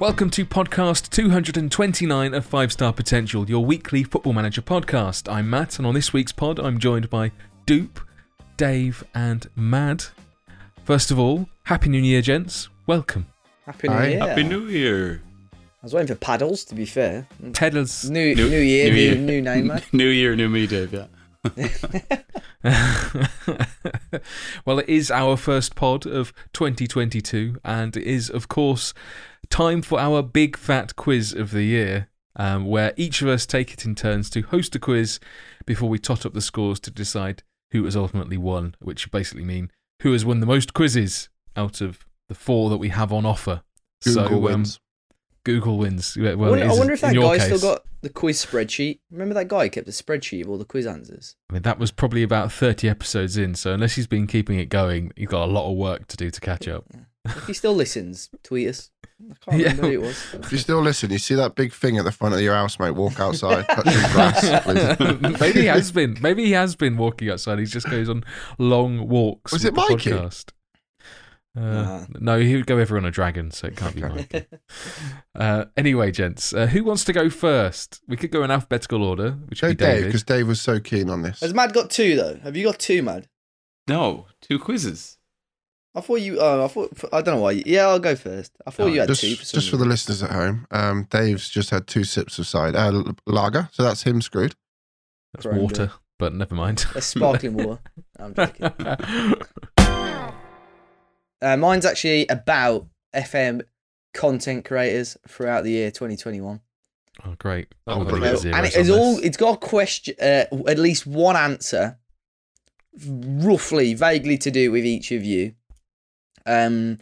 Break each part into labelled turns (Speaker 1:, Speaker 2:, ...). Speaker 1: Welcome to podcast 229 of Five Star Potential, your weekly football manager podcast. I'm Matt, and on this week's pod, I'm joined by Dupe, Dave, and Mad. First of all, Happy New Year, gents. Welcome.
Speaker 2: Happy New
Speaker 3: Aye.
Speaker 2: Year.
Speaker 4: Happy New Year.
Speaker 2: I was waiting for paddles, to be fair.
Speaker 1: Peddlers.
Speaker 2: New New,
Speaker 4: New-
Speaker 2: Year,
Speaker 4: New
Speaker 2: new,
Speaker 4: Year.
Speaker 2: new name, man.
Speaker 4: New Year, new me, Dave. Yeah.
Speaker 1: well, it is our first pod of 2022, and it is, of course, time for our big fat quiz of the year, um, where each of us take it in turns to host a quiz before we tot up the scores to decide who has ultimately won, which basically mean who has won the most quizzes out of the four that we have on offer.
Speaker 3: Google
Speaker 1: so, um,
Speaker 3: wins.
Speaker 1: Google wins. Yeah,
Speaker 2: I
Speaker 1: Well,
Speaker 2: wonder,
Speaker 1: it
Speaker 2: I
Speaker 1: is
Speaker 2: wonder if
Speaker 1: in
Speaker 2: that
Speaker 1: your
Speaker 2: guy still
Speaker 1: case.
Speaker 2: got the quiz spreadsheet. Remember that guy who kept a spreadsheet of all the quiz answers?
Speaker 1: I mean, that was probably about 30 episodes in, so unless he's been keeping it going, you've got a lot of work to do to catch up.
Speaker 2: If he still listens, tweet us. I can't
Speaker 1: Yeah.
Speaker 2: remember who it was.
Speaker 3: If you still listen, you see that big thing at the front of your house, mate. Walk outside, touch some grass, please.
Speaker 1: maybe he has been. Maybe he has been walking outside. He just goes on long walks.
Speaker 3: Was
Speaker 1: with
Speaker 3: it
Speaker 1: the
Speaker 3: Mikey?
Speaker 1: Podcast. Uh,
Speaker 2: Nah.
Speaker 1: No, he would go over on a dragon, so it can't be
Speaker 3: Okay.
Speaker 1: Mikey. Uh, anyway, gents, uh, who wants to go first? We could go in alphabetical order, which
Speaker 3: Go
Speaker 1: would be
Speaker 3: Dave,
Speaker 1: David.
Speaker 3: because Dave was so keen on this.
Speaker 2: Has Mad got two though? Have you got two, Mad?
Speaker 4: No, two quizzes.
Speaker 2: I thought you. Oh, I thought. I don't know why. you- Yeah, I'll go first. I thought
Speaker 4: No,
Speaker 2: you had
Speaker 3: Just,
Speaker 2: two. For some
Speaker 3: just for the
Speaker 2: reason.
Speaker 3: listeners at home, um, Dave's just had two sips of cider uh, l- lager, so that's him screwed.
Speaker 1: That's water, but never mind. Oh,
Speaker 2: That's sparkling water. No, I'm joking. Uh, mine's actually about FM content creators throughout the year 2021.
Speaker 1: oh, great.
Speaker 3: Oh,
Speaker 1: I've got
Speaker 3: brilliant.
Speaker 1: zeros
Speaker 2: and it
Speaker 1: on
Speaker 2: is all
Speaker 1: this.
Speaker 2: it's got a question uh, at least one answer roughly vaguely to do with each of you um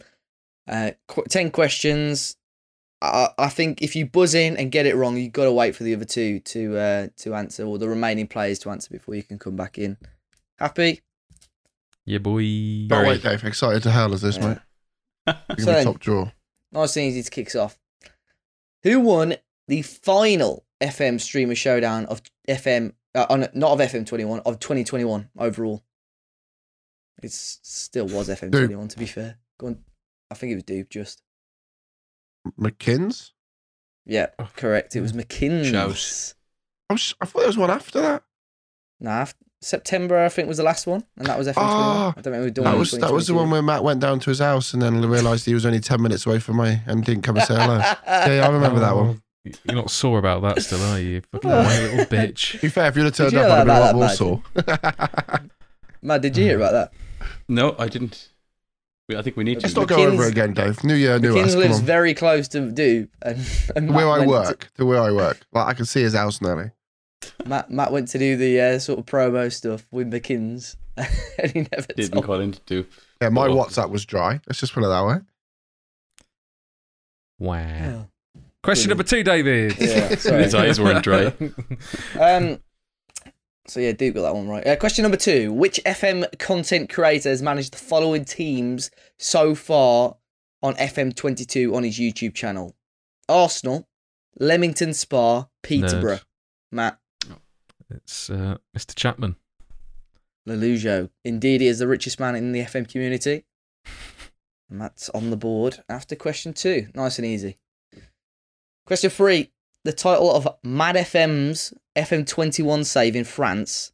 Speaker 2: uh qu- 10 questions I, I think if you buzz in and get it wrong you've got to wait for the other two to uh to answer or the remaining players to answer before you can come back in happy
Speaker 1: Yeah, boy.
Speaker 3: Don't wait, Dave. Excited to hell is this,
Speaker 2: Yeah.
Speaker 3: mate?
Speaker 2: So
Speaker 3: You're gonna be
Speaker 2: then-
Speaker 3: top draw.
Speaker 2: nice and easy to kick us off who won the final fm streamer showdown of fm uh, on, not of fm21 of 2021 overall it still was fm21 to be fair Go on. i think it was dupe just
Speaker 3: McKinn's.
Speaker 2: yeah
Speaker 3: Oh,
Speaker 2: correct it was mckinney's
Speaker 4: Shout.
Speaker 3: I, was, I thought there was one after that.
Speaker 2: nah september i think was the last one and that was fm21
Speaker 3: Ah,
Speaker 2: i don't remember doing
Speaker 3: That was that was the one where Matt went down to his house and then realised he was only ten minutes away from me and didn't come and say hello. Yeah, yeah, I remember that
Speaker 2: Oh.
Speaker 3: one.
Speaker 1: You're not sore about that still, are you? Fucking whiny little bitch.
Speaker 3: To be fair, if you'd have turned
Speaker 2: you
Speaker 3: up,
Speaker 2: know
Speaker 3: I'd have been
Speaker 2: about
Speaker 3: like Warsaw.
Speaker 2: Matt, did you hear about that
Speaker 4: No, I didn't. We- I think we need to.
Speaker 3: Let's not go over
Speaker 2: McKinn's-
Speaker 3: again, Dave. New year, new us.
Speaker 2: mckinney
Speaker 3: Come
Speaker 2: lives
Speaker 3: on.
Speaker 2: very close to dupe and, and
Speaker 3: where
Speaker 2: Matt
Speaker 3: I
Speaker 2: went to-
Speaker 3: work, to where I work. Like I can see his house now.
Speaker 2: Matt Matt went to do the uh, sort of promo stuff with McKinn's, and he never
Speaker 4: Didn't
Speaker 2: told.
Speaker 4: call in to do.
Speaker 3: Yeah, my
Speaker 4: Oh.
Speaker 3: WhatsApp was dry. Let's just put it that way.
Speaker 1: Wow.
Speaker 2: Oh.
Speaker 1: Question number two, David.
Speaker 2: Yeah, sorry.
Speaker 4: His eyes weren't dry.
Speaker 2: Um, so yeah, Duke got that one right. Uh, question number two: Which FM content creator has managed the following teams so far on FM22 on his YouTube channel? Arsenal, Leamington Spa, Peterborough, Matt
Speaker 1: It's uh, Mr. Chapman.
Speaker 2: Lelujo. Indeed, he is the richest man in the FM community. And that's on the board after question two. Nice and easy. Question three. The title of Mad FM's FM21 save in France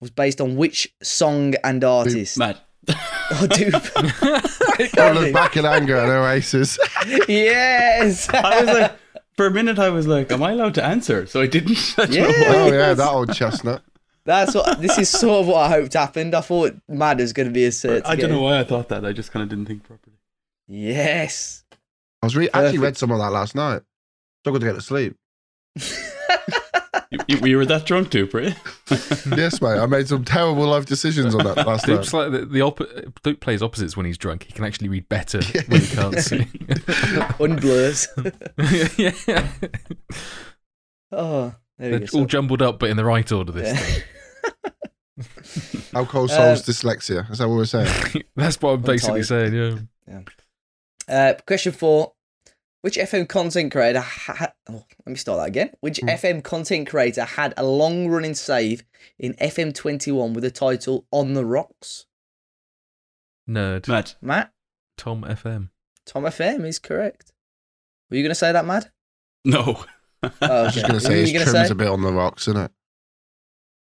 Speaker 2: was based on which song and artist?
Speaker 4: Matt.
Speaker 2: Oh, dude.
Speaker 3: I look back in anger at Oasis.
Speaker 2: yes.
Speaker 4: I was like, for a minute, I was like, am I allowed to answer? So I didn't. I don't know
Speaker 2: Yeah.
Speaker 4: why.
Speaker 3: oh yeah, that old chestnut.
Speaker 2: That's what. This is sort of what I hoped happened. I thought Mad was going to be a cert.
Speaker 4: I don't know why I thought that. I just kind of didn't think properly.
Speaker 2: Yes.
Speaker 3: I was re- actually
Speaker 2: Perfect.
Speaker 3: read some of that last night. Struggled to get to sleep.
Speaker 4: You, you, you were that drunk too, right?
Speaker 3: yes, mate. I made some terrible life decisions on that last night.
Speaker 1: Dupe's like the, the op- Dupe plays opposites when he's drunk. He can actually read better when he can't see.
Speaker 2: Unblurs.
Speaker 1: yeah.
Speaker 2: Oh, there
Speaker 1: They're
Speaker 2: we go.
Speaker 1: all jumbled up, but in the right order this
Speaker 2: Yeah.
Speaker 3: Alcohol
Speaker 2: Uh,
Speaker 3: solves dyslexia. Is that what we're saying?
Speaker 1: time. That's what I'm basically
Speaker 2: tired.
Speaker 1: saying, yeah.
Speaker 2: Uh, question four: Which FM content creator? Ha- oh, let me start that again. Which FM content creator had a long-running save in FM21 with the title "On the Rocks"?
Speaker 1: Nerd.
Speaker 4: Matt.
Speaker 2: Matt,
Speaker 1: Tom FM.
Speaker 2: Tom FM is correct. Were you going to say that, Mad?
Speaker 4: No.
Speaker 2: Oh,
Speaker 3: I was just going to say his trim's a bit on the rocks, isn't it?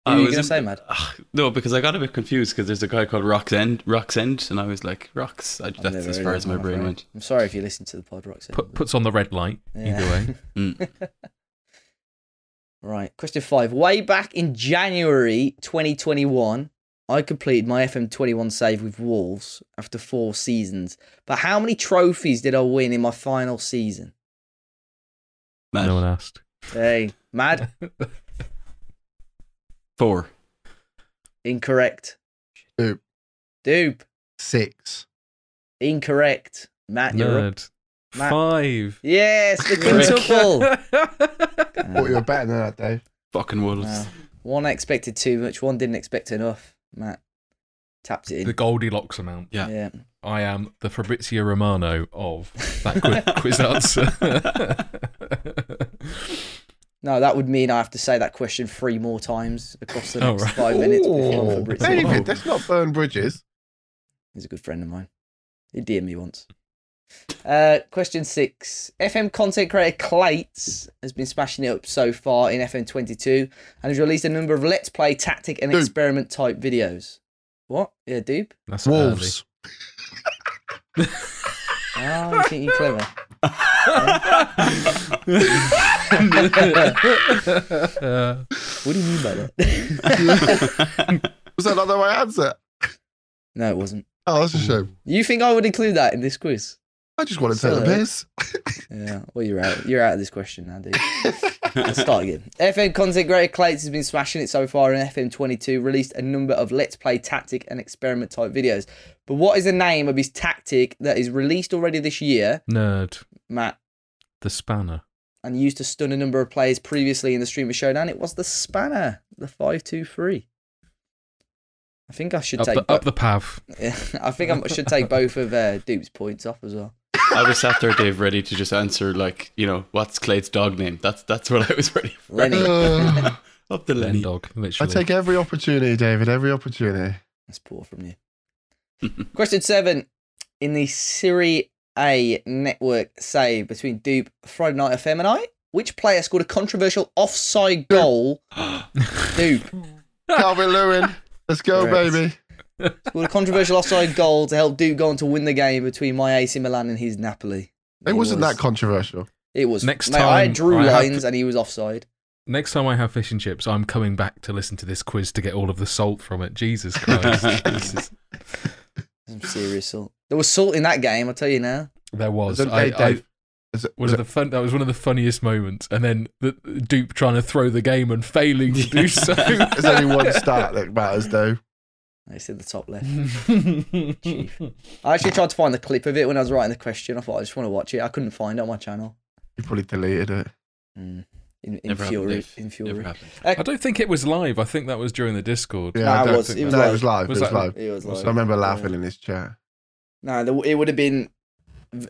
Speaker 2: Who
Speaker 4: I
Speaker 2: were you
Speaker 4: was
Speaker 2: going
Speaker 4: in-
Speaker 2: to say, Mad?
Speaker 4: Ah, no, because I got a bit confused because there's a guy called Rocks End, Rocks End, and I was like, Rocks. I,
Speaker 2: I've
Speaker 4: that's
Speaker 2: never
Speaker 4: as
Speaker 2: heard
Speaker 4: far
Speaker 2: of
Speaker 4: as
Speaker 2: him,
Speaker 4: my
Speaker 2: I'm
Speaker 4: brain
Speaker 2: afraid.
Speaker 4: went.
Speaker 2: I'm sorry if you listen to the pod, Roxanne.
Speaker 1: Put, puts on the red light either
Speaker 2: Yeah.
Speaker 1: way.
Speaker 4: Mm.
Speaker 2: Right, question five. Way back in January 2021, I completed my FM21 save with Wolves after four seasons. But how many trophies did I win in my final season?
Speaker 4: Man,
Speaker 1: No one asked.
Speaker 2: Hey, mad,
Speaker 4: four.
Speaker 2: incorrect.
Speaker 3: Dupe.
Speaker 2: Dupe,
Speaker 3: Six.
Speaker 2: incorrect. Matt, you're up.
Speaker 1: Nerd.
Speaker 2: Matt.
Speaker 1: Five.
Speaker 2: Yes, the quintuple.
Speaker 1: Quintuple.
Speaker 3: Thought you were better than that, Dave.
Speaker 4: Fucking
Speaker 2: Wow.
Speaker 4: wolves.
Speaker 2: One expected too much, one didn't expect enough. Matt tapped it
Speaker 1: the
Speaker 2: in.
Speaker 1: Goldilocks amount.
Speaker 4: Yeah.
Speaker 2: Yeah.
Speaker 1: I am the Fabrizio Romano of that qu- quiz answer.
Speaker 2: No, that would mean I have to say that question three more times across the
Speaker 1: Oh,
Speaker 2: next
Speaker 1: right.
Speaker 2: five minutes before I'm
Speaker 3: Ooh,
Speaker 2: Fabrizio.
Speaker 3: David, that's not burn bridges.
Speaker 2: He's a good friend of mine. He DM'd me once. Uh, question six. FM content creator Clates has been smashing it up so far in FM22 and has released a number of Let's Play tactic and
Speaker 3: Dupe.
Speaker 2: experiment type videos. What? Yeah, dupe?
Speaker 1: That's
Speaker 3: Wolves.
Speaker 2: Oh, you think you're clever.
Speaker 1: early.
Speaker 2: What do you mean by that?
Speaker 3: Was that not the right answer?
Speaker 2: no, it wasn't.
Speaker 3: Oh, that's a shame.
Speaker 2: You think I would include that in this quiz?
Speaker 3: I just wanted to take the
Speaker 2: Sorry.
Speaker 3: piss.
Speaker 2: Yeah. Well, you're out. You're out of this question now, dude. Let's start again. FM content creator Clates has been smashing it so far, and FM22 released a number of Let's Play tactic and experiment type videos. But what is the name of his tactic that is released already this year,
Speaker 1: Nerd.
Speaker 2: Matt,
Speaker 1: The spanner.
Speaker 2: and used to stun a number of players previously in the Streamer Showdown? It was the Spanner, the 523. I think I should
Speaker 1: Up
Speaker 2: take.
Speaker 1: the,
Speaker 2: bo-
Speaker 1: up the path.
Speaker 2: I think I m- should take both of uh, Dupe's points off as well.
Speaker 4: I was sat there, Dave, ready to just answer like, you know, what's Clay's dog name? That's that's what I was ready for.
Speaker 2: Lenny,
Speaker 3: Uh,
Speaker 4: Up the
Speaker 1: Lenny
Speaker 4: Lenny.
Speaker 1: dog,
Speaker 3: I
Speaker 1: literally.
Speaker 3: take every opportunity, David, every opportunity.
Speaker 2: that's poor from you. Question seven in the Serie A network save between Dupe, Friday Night FM, and I. Which player scored a controversial offside goal? Dupe
Speaker 3: Calvin Lewin, let's go,
Speaker 2: Correct.
Speaker 3: baby.
Speaker 2: scored a controversial offside goal to help Dupe go on to win the game between my AC Milan and his Napoli.
Speaker 3: It wasn't
Speaker 2: was-
Speaker 3: that controversial.
Speaker 2: It was.
Speaker 1: Next
Speaker 2: Next time I
Speaker 1: time
Speaker 2: drew
Speaker 1: I have
Speaker 2: lines
Speaker 1: to-
Speaker 2: and he was offside.
Speaker 1: Next time I have fish and chips, I'm coming back to listen to this quiz to get all of the salt from it. Jesus Christ. This is-
Speaker 2: Some serious salt. There was salt in that game. I will tell you now.
Speaker 1: there was.
Speaker 3: Don't-
Speaker 1: I-
Speaker 3: Dave,
Speaker 1: I-
Speaker 3: Dave, is it-
Speaker 1: One
Speaker 3: is
Speaker 1: of the fun. That was one of the funniest moments, and then the dupe trying to throw the game and failing to do so.
Speaker 3: There's only one start that matters, though.
Speaker 2: I said the top left. I actually tried to find the clip of it when I was writing the question. I thought I just want to watch it. I couldn't find it on my channel.
Speaker 3: You probably deleted it.
Speaker 2: Mm. In, in
Speaker 4: Never happened,
Speaker 2: fury.
Speaker 4: Dave.
Speaker 2: In
Speaker 4: Never
Speaker 2: fury.
Speaker 4: happened.
Speaker 1: I don't think it was live. I think that was during the Discord.
Speaker 3: Yeah,
Speaker 2: Nah,
Speaker 3: I
Speaker 2: it
Speaker 3: don't
Speaker 2: was-
Speaker 3: think-
Speaker 2: it was
Speaker 3: no,
Speaker 2: live.
Speaker 3: it was live.
Speaker 1: Was
Speaker 3: it was
Speaker 1: that-
Speaker 3: live.
Speaker 2: It was
Speaker 3: I
Speaker 2: like-
Speaker 3: remember
Speaker 2: yeah.
Speaker 3: laughing in this chat.
Speaker 2: No, there, it would have been.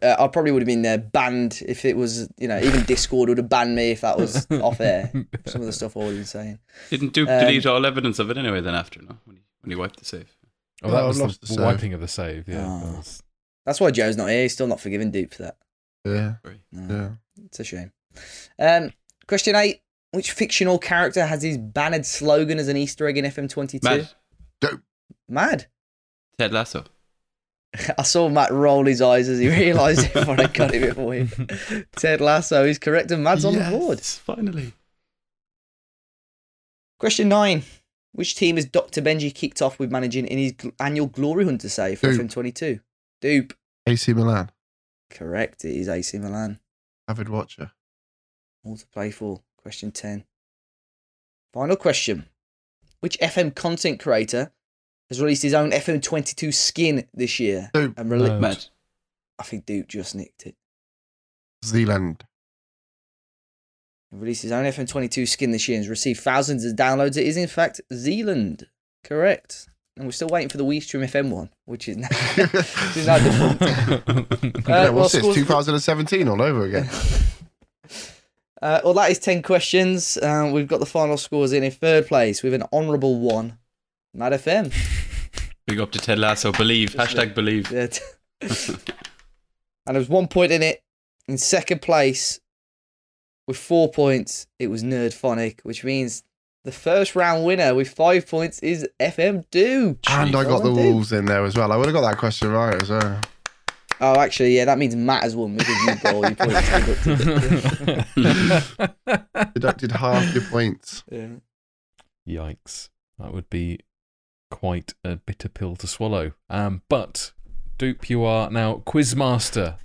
Speaker 2: Uh, I probably would have been uh, banned if it was, you know, even Discord would have banned me if that was off air. Some of the stuff I would have been saying.
Speaker 4: Didn't Duke
Speaker 2: Um,
Speaker 4: delete all evidence of it anyway then after, no? When he, when he wiped the save.
Speaker 1: Oh, that
Speaker 3: Oh, I
Speaker 1: was
Speaker 3: lost
Speaker 1: the,
Speaker 3: the save.
Speaker 1: wiping of the save. Yeah. that
Speaker 4: Ah.
Speaker 2: Oh.
Speaker 1: was-
Speaker 2: That's why Joe's not here. He's still not forgiving Dupe for that.
Speaker 3: Yeah,
Speaker 4: Sorry.
Speaker 2: No,
Speaker 3: yeah.
Speaker 2: It's a shame. Um, question eight. Which fictional character has his bannered slogan as an Easter egg in FM22?
Speaker 4: Matt,
Speaker 2: Mad.
Speaker 4: Ted Lasso.
Speaker 2: I saw Matt roll his eyes as he realised everyone had got it before him. Ted Lasso is correct and Mad's on the board.
Speaker 4: Yes, Finally.
Speaker 2: Question nine. Which team has Dr. Benji kicked off with managing in his gl- annual Glory Hunter save for
Speaker 3: Dupe.
Speaker 2: FM22? Dupe.
Speaker 3: AC Milan,
Speaker 2: Correct. It is AC Milan.
Speaker 3: avid watcher.
Speaker 2: All to play for. Question 10. Final question. Which FM content creator has released his own FM22 skin this year?
Speaker 3: Dupe.
Speaker 2: And rele-
Speaker 1: No.
Speaker 4: Matt.
Speaker 2: I think Dupe just nicked it.
Speaker 3: Zealand,
Speaker 2: released his own FM22 skin this year and has received thousands of downloads. It is, in fact, Zealand. Correct. And we're still waiting for the Weestream FM one, which is now, which is now different.
Speaker 3: yeah,
Speaker 2: well,
Speaker 3: what's this?
Speaker 2: Uh, scores-
Speaker 3: 2017 all over again.
Speaker 2: Uh, well, that is 10 questions. Um, we've got the final scores in in third place with an honourable one. Mad FM.
Speaker 4: Big up to Ted Lasso. Believe. Hashtag believe.
Speaker 2: Yeah. and there was one point in it. In second place, with four points, it was Nerdphonic, which means the first round winner with five points is FM Do.
Speaker 3: And I got the
Speaker 2: Well done.
Speaker 3: wolves in there as well. I would have got that question right as well.
Speaker 2: Oh, actually, yeah, that means Matt has won because you got all your points deducted.
Speaker 3: Deducted half your points.
Speaker 2: Yeah.
Speaker 1: Yikes. That would be quite a bitter pill to swallow. Um, but, Dupe, you are now Quizmaster.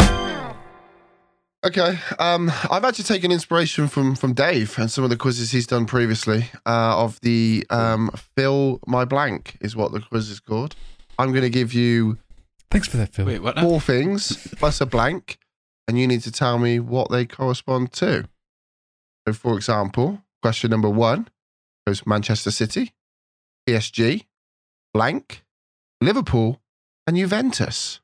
Speaker 3: Okay. Um, I've actually taken inspiration from from Dave and some of the quizzes he's done previously. Uh, of the um, fill my blank is what the quiz is called. I'm going to give you
Speaker 1: Thanks for that, Phil.
Speaker 4: Wait, what? now?
Speaker 3: four things plus a blank, and you need to tell me what they correspond to. So, for example, question number one goes Manchester City, PSG, blank, Liverpool, and Juventus.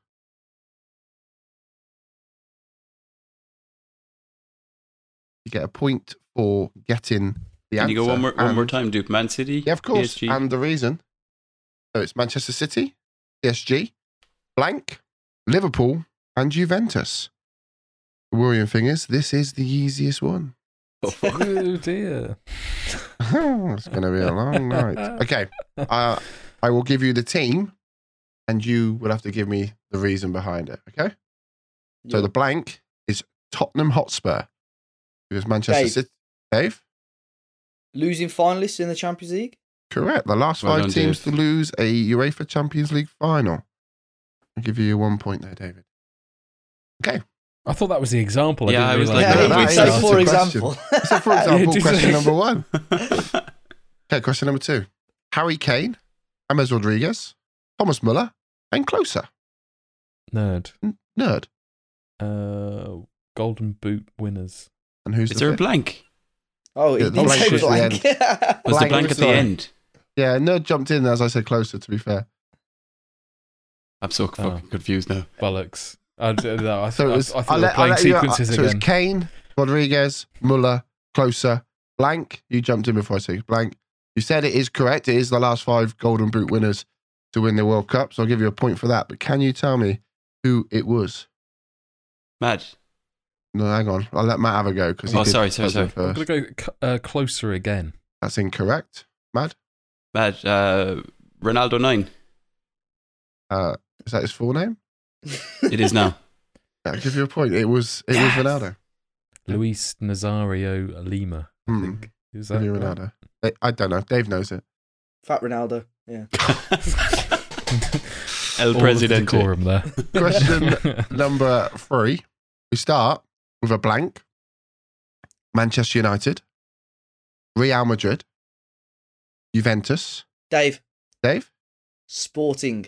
Speaker 3: You get a point for getting the
Speaker 4: Can
Speaker 3: answer.
Speaker 4: you go one more one
Speaker 3: and-
Speaker 4: more time, Duke? Man City.
Speaker 3: yeah, of course.
Speaker 4: PSG?
Speaker 3: And the reason. So it's Manchester City, PSG, blank, Liverpool, and Juventus. The worrying thing is, this is the easiest one.
Speaker 4: Oh, fuck.
Speaker 1: oh, dear.
Speaker 3: it's going to be a long night. Okay. Uh, I will give you the team, and you will have to give me the reason behind it. Okay. So the blank is Tottenham Hotspur. Because Manchester
Speaker 2: Dave.
Speaker 3: City. Dave?
Speaker 2: Losing finalists in the Champions League?
Speaker 3: Correct. The last
Speaker 4: Well
Speaker 3: five
Speaker 4: done,
Speaker 3: teams
Speaker 4: Dave.
Speaker 3: to lose a UEFA Champions League final. I'll give you one point there, David.
Speaker 1: I thought that was the example. I didn't
Speaker 4: Yeah, I was
Speaker 1: realise
Speaker 4: like,
Speaker 1: that
Speaker 4: that
Speaker 1: we
Speaker 4: is-
Speaker 2: so
Speaker 1: started.
Speaker 3: that's
Speaker 2: for
Speaker 3: a
Speaker 2: example.
Speaker 3: So, for example,
Speaker 1: just-
Speaker 3: question number one. Okay, question number two. Harry Kane, James Rodriguez, Thomas Muller, and closer.
Speaker 1: Nerd.
Speaker 3: N- Nerd.
Speaker 1: Uh, Golden Boot winners.
Speaker 3: And who's
Speaker 4: Is
Speaker 3: the
Speaker 4: there a
Speaker 3: fifth?
Speaker 4: blank?
Speaker 2: oh, he
Speaker 3: Yeah,
Speaker 2: didn't
Speaker 3: the
Speaker 2: say
Speaker 3: blank
Speaker 2: blank.
Speaker 4: Was
Speaker 3: Blank
Speaker 4: the blank
Speaker 3: was
Speaker 4: at the
Speaker 3: fine.
Speaker 4: end?
Speaker 3: Yeah, Nerd jumped in as I said closer, to be fair.
Speaker 4: I'm
Speaker 3: Oh.
Speaker 4: so fucking confused now.
Speaker 1: Bollocks. I, d- no, I, th-
Speaker 3: So it was,
Speaker 1: I, I
Speaker 3: I'll
Speaker 1: thought we were
Speaker 3: let- I'll
Speaker 1: playing
Speaker 3: let you- uh,
Speaker 1: sequences
Speaker 3: so it was
Speaker 1: again.
Speaker 3: Kane, Rodriguez, Muller, closer, blank. You jumped in before I said blank. You said it is correct. It is the last five Golden Boot winners to win the World Cup. So I'll give you a point for that. But can you tell me who it was?
Speaker 4: Matt.
Speaker 3: No, hang on. I'll let Matt have a go because
Speaker 4: Oh, sorry, sorry, sorry.
Speaker 1: I'm going to go c- uh, closer again.
Speaker 3: That's incorrect. Mad.
Speaker 4: Matt. Uh, Ronaldo nine.
Speaker 3: Uh, is that his full name?
Speaker 4: It is now.
Speaker 3: I'll give you a point. It was it
Speaker 4: Yes.
Speaker 3: was Ronaldo.
Speaker 1: Luis Nazario Lima.
Speaker 3: Hmm.
Speaker 1: think. Is
Speaker 3: Give
Speaker 1: that
Speaker 3: you Ronaldo. I- I don't know. Dave knows it.
Speaker 2: Fat Ronaldo. Yeah.
Speaker 4: El
Speaker 1: All of the
Speaker 4: Presidente.
Speaker 1: decorum there.
Speaker 3: Question number three. We start with a blank. Manchester United, Real Madrid, Juventus,
Speaker 2: Dave,
Speaker 3: Dave,
Speaker 2: Sporting.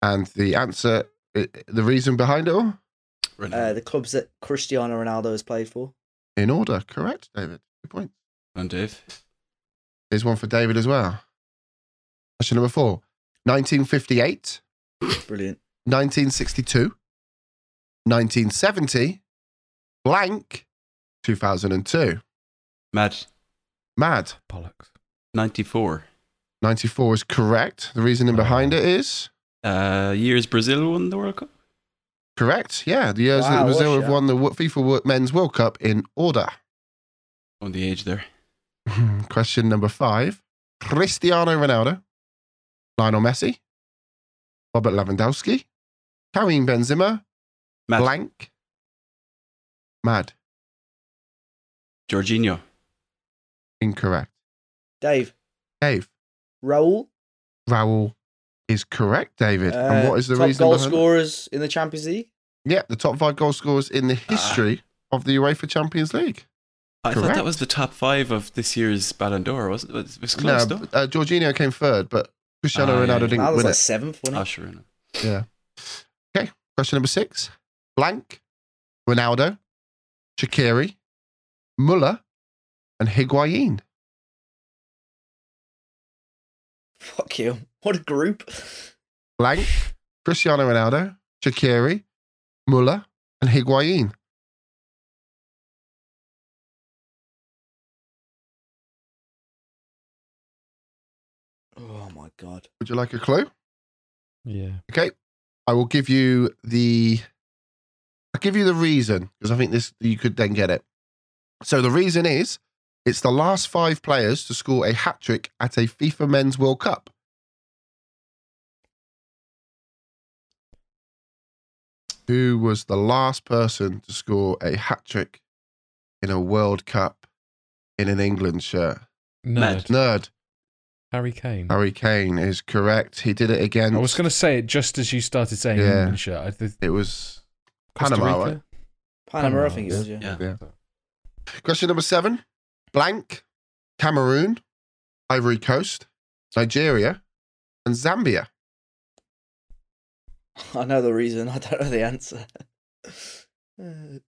Speaker 3: and the answer, i- the reason behind it all,
Speaker 2: Uh,
Speaker 4: Ronaldo.
Speaker 2: the clubs that Cristiano Ronaldo has played for.
Speaker 3: in order, correct, David. Good point.
Speaker 4: And Dave.
Speaker 3: Here's one for David as well. Question number four. 1958,
Speaker 2: Brilliant.
Speaker 3: 1962, 1970, blank, 2002.
Speaker 4: Matt.
Speaker 3: Mad.
Speaker 1: Bollocks.
Speaker 4: Ninety four.
Speaker 3: 94 is correct. The reasoning behind it is
Speaker 4: Uh, years Brazil won the World Cup.
Speaker 3: correct. Yeah, the years that
Speaker 2: Wow,
Speaker 3: Brazil
Speaker 2: what a
Speaker 3: have
Speaker 2: shout.
Speaker 3: won the Wo- FIFA Wo- Men's World Cup in order.
Speaker 4: On Oh, the age there.
Speaker 3: Question number five Cristiano Ronaldo, Lionel Messi, Robert Lewandowski, Karim Benzema,
Speaker 4: Matt.
Speaker 3: blank, mad,
Speaker 4: Jorginho.
Speaker 3: incorrect.
Speaker 2: Dave,
Speaker 3: Dave,
Speaker 2: Raul.
Speaker 3: Raul is correct, David. and
Speaker 2: uh,
Speaker 3: what is the
Speaker 2: top
Speaker 3: reason
Speaker 2: goal
Speaker 3: behind it?
Speaker 2: scorers in the Champions League?
Speaker 3: Yeah, the top five goal scorers in
Speaker 2: Ah.
Speaker 3: the history of the UEFA Champions League.
Speaker 4: I thought
Speaker 3: Correct.
Speaker 4: that was the top five of this year's Ballon d'Or, wasn't it? It was
Speaker 3: No,
Speaker 4: close, though.
Speaker 3: uh, Jorginho came third, but Cristiano
Speaker 4: Ah, yeah,
Speaker 3: Ronaldo
Speaker 4: yeah.
Speaker 3: didn't
Speaker 2: That was
Speaker 3: win
Speaker 2: like
Speaker 3: it.
Speaker 2: seventh, wasn't it?
Speaker 4: Ah, sure. no.
Speaker 3: Yeah. Okay. Question number six. Blank, Ronaldo, Shakiri, Muller, and Higuain.
Speaker 2: Fuck you. What a group.
Speaker 3: Blank, Cristiano Ronaldo, Shakiri, Muller, and Higuain.
Speaker 2: Oh my god.
Speaker 3: Would you like a clue?
Speaker 1: Yeah.
Speaker 3: Okay. I will give you the I'll give you the reason because I think this you could then get it. So the reason is it's the last five players to score a hat trick at a FIFA Men's World Cup. Who was the last person to score a hat trick in a World Cup in an England shirt?
Speaker 1: Nerd.
Speaker 4: Mad.
Speaker 3: Nerd.
Speaker 1: Harry Kane.
Speaker 3: Harry Kane is correct. He did it again.
Speaker 1: Hmm. I was going to say it just as you started saying
Speaker 3: Yeah.
Speaker 1: England shirt. I, the,
Speaker 3: It was
Speaker 1: Costa
Speaker 3: Panama,
Speaker 1: Rica?
Speaker 3: right?
Speaker 2: Panama, I think it was, yeah.
Speaker 4: Yeah.
Speaker 3: Yeah. Question number seven blank, Cameroon, Ivory Coast, Nigeria, and Zambia.
Speaker 2: I know the reason. I don't know the answer. Uh,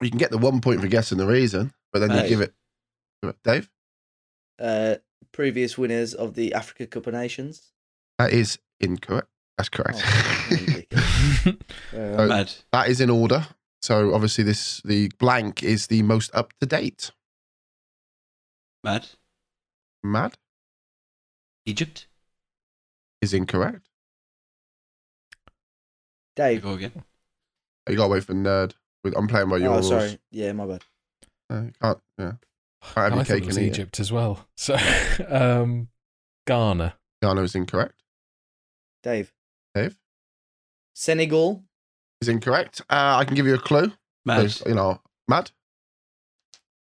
Speaker 3: You can get the one point for guessing the reason, but then
Speaker 2: Right.
Speaker 3: you give it. give it- Dave?
Speaker 2: uh, previous winners of the Africa Cup of Nations.
Speaker 3: That is incorrect. That's correct.
Speaker 2: Oh, ridiculous. Uh,
Speaker 3: Oh.
Speaker 4: Mad.
Speaker 3: that is in order. So obviously this the blank is the most up to date.
Speaker 4: Mad.
Speaker 3: Mad
Speaker 4: Egypt.
Speaker 3: is incorrect.
Speaker 4: Here we
Speaker 2: Dave.
Speaker 4: go again.
Speaker 3: You gotta wait for nerd. With I'm playing by your
Speaker 2: Oh,
Speaker 3: rules.
Speaker 2: sorry. Yeah, my bad.
Speaker 3: No, you can't. Yeah.
Speaker 1: I
Speaker 3: Can't have your
Speaker 1: thought
Speaker 3: cake
Speaker 1: it was
Speaker 3: and eat it.
Speaker 1: Egypt as well. So, um, Ghana.
Speaker 3: Ghana is incorrect.
Speaker 2: Dave.
Speaker 3: Dave
Speaker 2: Senegal.
Speaker 3: is incorrect. Uh, I can give you a clue.
Speaker 4: Mad.
Speaker 3: There's, You know, mad.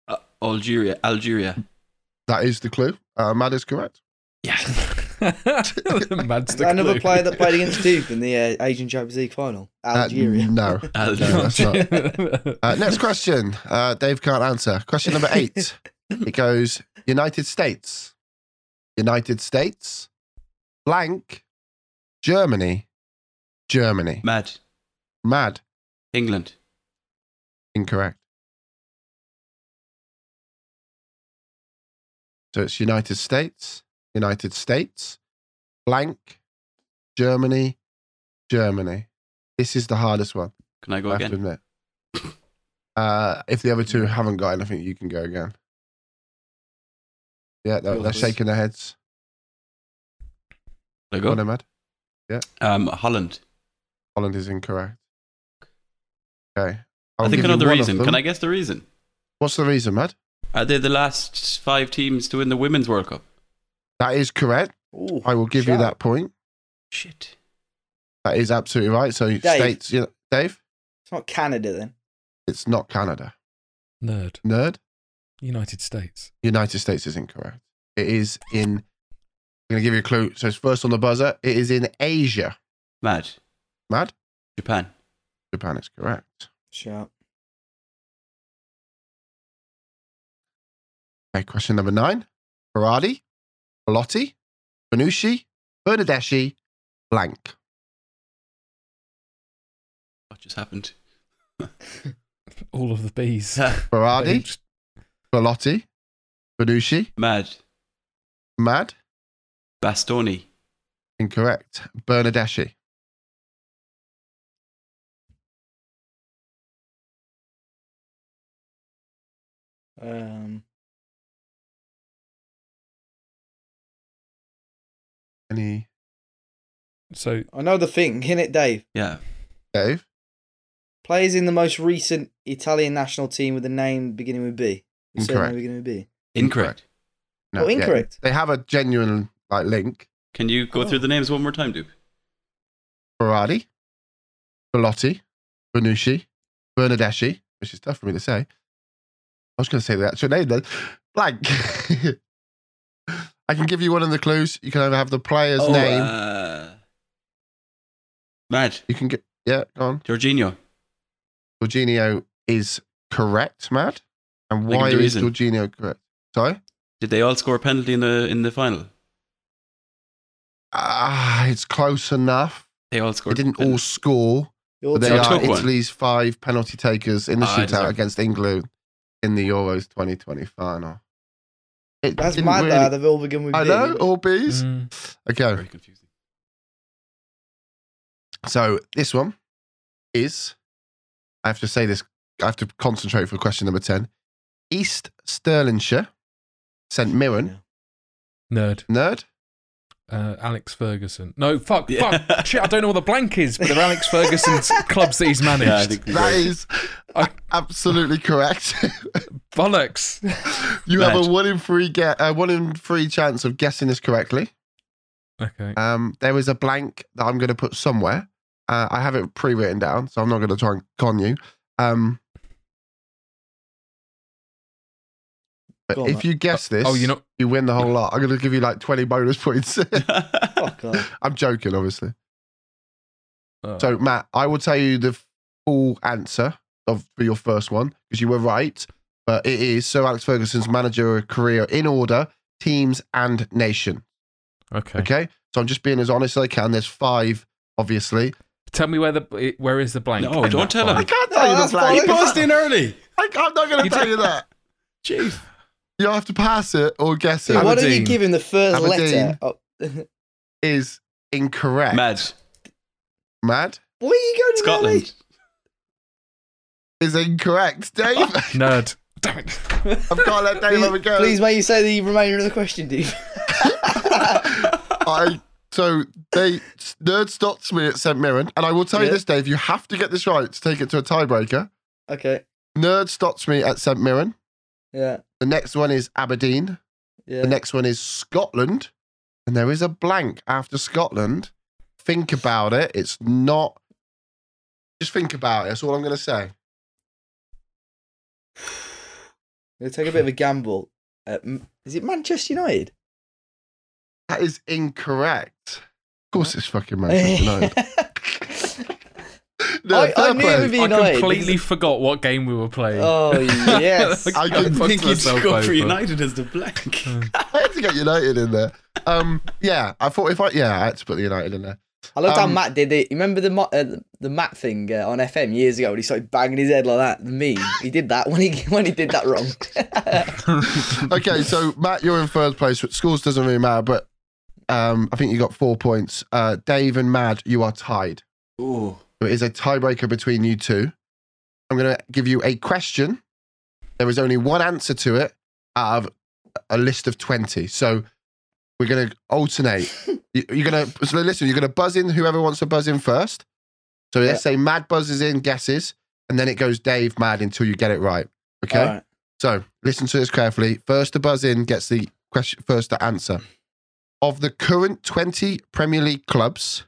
Speaker 4: Uh, Algeria. Algeria.
Speaker 3: That is the clue. Uh, mad is correct.
Speaker 4: Yeah.
Speaker 1: Mad's the
Speaker 2: Another
Speaker 1: clue.
Speaker 2: player that played against Duke in the uh, Asian Champions League final.
Speaker 3: Uh,
Speaker 2: Algeria.
Speaker 3: no. No,
Speaker 4: Algeria.
Speaker 3: that's not. Uh, next question. Uh, Dave can't answer. Question number eight. it goes United States, United States, blank, Germany, Germany.
Speaker 4: Mad.
Speaker 3: Mad.
Speaker 4: England.
Speaker 3: Incorrect. So it's United States, United States, blank, Germany, Germany. This is the hardest one.
Speaker 4: Can I go
Speaker 3: I have to
Speaker 4: again?
Speaker 3: admit. Uh, if the other two haven't got anything, you can go again. Yeah, they're,
Speaker 2: Go
Speaker 3: they're
Speaker 2: for it.
Speaker 3: shaking their heads.
Speaker 4: Can I
Speaker 3: Go on,
Speaker 4: go?
Speaker 3: Ahmed.
Speaker 4: Um, Holland.
Speaker 3: Holland is incorrect. Okay.
Speaker 4: i
Speaker 3: I'll
Speaker 4: think
Speaker 3: give you
Speaker 4: another
Speaker 3: one of
Speaker 4: reason.
Speaker 3: them.
Speaker 4: Can I guess the reason?
Speaker 3: What's the reason, Mad?
Speaker 4: Are they the last five teams to win the Women's World Cup?
Speaker 3: That is correct.
Speaker 2: Ooh,
Speaker 3: I will give you
Speaker 2: shout.
Speaker 3: that point.
Speaker 4: Shit.
Speaker 3: That is absolutely right. So, states, you know, Dave,
Speaker 2: It's not Canada then.
Speaker 3: it's not Canada.
Speaker 1: Nerd.
Speaker 3: Nerd,
Speaker 1: United States.
Speaker 3: United States is incorrect. It is in. I'm going to give you a clue. So, it's first on the buzzer. It is in Asia.
Speaker 4: Mad.
Speaker 3: Mad?
Speaker 4: Japan.
Speaker 3: Japan is correct.
Speaker 2: Sure.
Speaker 3: Okay, question number nine. Berardi, Bellotti, Benucci, Bernadeschi, blank.
Speaker 4: What just happened?
Speaker 1: All of the bees.
Speaker 3: Berardi, Bellotti, Benucci,
Speaker 4: Mad.
Speaker 3: Mad,
Speaker 4: Bastoni.
Speaker 3: incorrect. Bernadeschi.
Speaker 2: Um,
Speaker 3: Any
Speaker 1: So,
Speaker 2: I know the thing, innit, Dave?
Speaker 4: Yeah.
Speaker 3: Dave?
Speaker 2: Players in the most recent Italian national team with a name beginning with B. A surname
Speaker 3: Incorrect.
Speaker 2: beginning with B.
Speaker 4: Incorrect.
Speaker 2: Oh,
Speaker 3: yeah.
Speaker 2: incorrect.
Speaker 3: They have a genuine like link.
Speaker 4: Can you go
Speaker 2: Oh.
Speaker 4: through the names one more time, Duke?
Speaker 3: Berardi, Bellotti, Benucci, Bernadeschi, which is tough for me to say. I was going to say the actual name then. Blank. I can give you one of the clues. You can either have the player's name.
Speaker 4: Oh, Uh, Mad.
Speaker 3: you can get. Yeah, go on.
Speaker 4: Jorginho.
Speaker 3: Jorginho is correct, Matt. And
Speaker 4: Think of
Speaker 3: why
Speaker 4: the
Speaker 3: is
Speaker 4: reason.
Speaker 3: Jorginho correct? Sorry?
Speaker 4: Did they all score a penalty in the in the final?
Speaker 3: Ah, it's close enough.
Speaker 4: They all
Speaker 3: They
Speaker 4: scored.
Speaker 3: didn't all
Speaker 4: penalty.
Speaker 3: score,
Speaker 2: Your
Speaker 3: but they
Speaker 4: They
Speaker 2: turn.
Speaker 3: are
Speaker 4: took one.
Speaker 3: Italy's five penalty takers in the
Speaker 4: Ah, I
Speaker 3: shootout
Speaker 4: deserve-
Speaker 3: against England in the Euros 2020 final. It
Speaker 2: That's
Speaker 3: didn't
Speaker 2: mad
Speaker 3: really-
Speaker 2: that they've all begun with
Speaker 3: I
Speaker 2: B.
Speaker 3: know, all bees.
Speaker 1: mm,
Speaker 3: Okay,
Speaker 4: Very confusing.
Speaker 3: so this one is, I have to say this, I have to concentrate for question number 10. East Stirlingshire, St Mirren,
Speaker 1: nerd.
Speaker 3: Nerd,
Speaker 1: uh, Alex Ferguson. No, fuck,
Speaker 4: Yeah.
Speaker 1: fuck. Shit, I don't know what the blank is, but they're Alex Ferguson's clubs that he's managed.
Speaker 4: Yeah, I think
Speaker 3: That is
Speaker 1: I-
Speaker 3: absolutely correct.
Speaker 1: Bollocks.
Speaker 3: you have
Speaker 4: Mad.
Speaker 3: a one in three get uh, one in three chance of guessing this correctly.
Speaker 1: Okay.
Speaker 3: Um, there is a blank that I'm going to put somewhere. Uh, I have it pre-written down, so I'm not going to try and con you. Um, but
Speaker 2: Go on,
Speaker 3: if
Speaker 2: Matt.
Speaker 3: you guess this,
Speaker 1: Oh, you're not.
Speaker 3: you win the whole lot. I'm going to give you like 20 bonus points.
Speaker 2: Fuck off.
Speaker 3: I'm joking, obviously.
Speaker 1: oh.
Speaker 3: So, Matt, I will tell you the full answer of for your first one because you were right. But it is Sir Alex Ferguson's managerial career in order, teams and nation.
Speaker 1: okay.
Speaker 3: Okay. So I'm just being as honest as I can. There's five, obviously.
Speaker 1: Tell me where the where is the blank?
Speaker 4: No,
Speaker 1: in
Speaker 4: don't
Speaker 1: that
Speaker 4: tell
Speaker 1: file?
Speaker 4: him.
Speaker 3: I can't
Speaker 2: Oh,
Speaker 3: tell you the
Speaker 2: that's
Speaker 3: flag.
Speaker 2: fine.
Speaker 4: buzzed in early.
Speaker 3: I can't- I'm not going to
Speaker 1: You
Speaker 3: tell you that.
Speaker 4: Jeez.
Speaker 3: You have to pass it or guess it.
Speaker 2: Dude, why don't you
Speaker 1: Aberdeen.
Speaker 2: give him the first letter?
Speaker 3: Aberdeen.
Speaker 2: Oh,
Speaker 3: Is incorrect.
Speaker 4: Mad.
Speaker 3: Mad
Speaker 2: where are you going?
Speaker 4: Scotland.
Speaker 3: is incorrect. Dave, I've
Speaker 1: Nerd. Damn it.
Speaker 3: got to let Dave have a
Speaker 2: Really?
Speaker 3: go.
Speaker 2: Please, please may you say the remainder of the question, dude.
Speaker 3: I so they nerd stopped me at St Mirren, and I will tell you
Speaker 2: Yeah.
Speaker 3: this, Dave. You have to get this right to take it to a tiebreaker.
Speaker 2: okay.
Speaker 3: Nerd stops me at St Mirren.
Speaker 2: Yeah.
Speaker 3: The next one is Aberdeen.
Speaker 2: Yeah.
Speaker 3: The next one is Scotland, and there is a blank after Scotland. Think about it. It's not. Just think about it. That's all I'm going to say.
Speaker 2: We'll take a bit of a gamble. Uh, M- is it Manchester United?
Speaker 3: That is incorrect. Of course, it's fucking Manchester United. No,
Speaker 2: I- I
Speaker 3: fair
Speaker 2: knew it
Speaker 3: play.
Speaker 2: would be-
Speaker 1: I
Speaker 2: United.
Speaker 1: completely forgot what game we were playing.
Speaker 2: oh yes.
Speaker 3: I
Speaker 4: I
Speaker 3: couldn't
Speaker 4: think
Speaker 1: fucked
Speaker 4: you'd
Speaker 1: myself
Speaker 4: go for
Speaker 1: over.
Speaker 4: United as the blank.
Speaker 1: Mm.
Speaker 3: I had to get United in there. Um, yeah, I thought if I yeah, I had to put the United in there.
Speaker 2: I loved
Speaker 3: Um,
Speaker 2: how Matt did it. You remember the mo- uh, the Matt thing uh, on FM years ago when he started banging his head like that? The meme. He did that when he when he did that wrong.
Speaker 3: Okay, so Matt, you're in first place. Which scores doesn't really matter, but um, I think you got four points. Uh, Dave and Mad, you are tied.
Speaker 4: Ooh.
Speaker 3: So it is a tiebreaker between you two. I'm going to give you a question. There is only one answer to it out of a list of 20. So we're going to alternate. You- You're going to, so listen, you're going to buzz in whoever wants to buzz in first. So let's say Mad buzzes in, guesses, and then it goes Dave Mad until you get it right. Okay.
Speaker 2: All right.
Speaker 3: So listen to this carefully. First to buzz in gets the question first to answer. Of the current 20 Premier League clubs,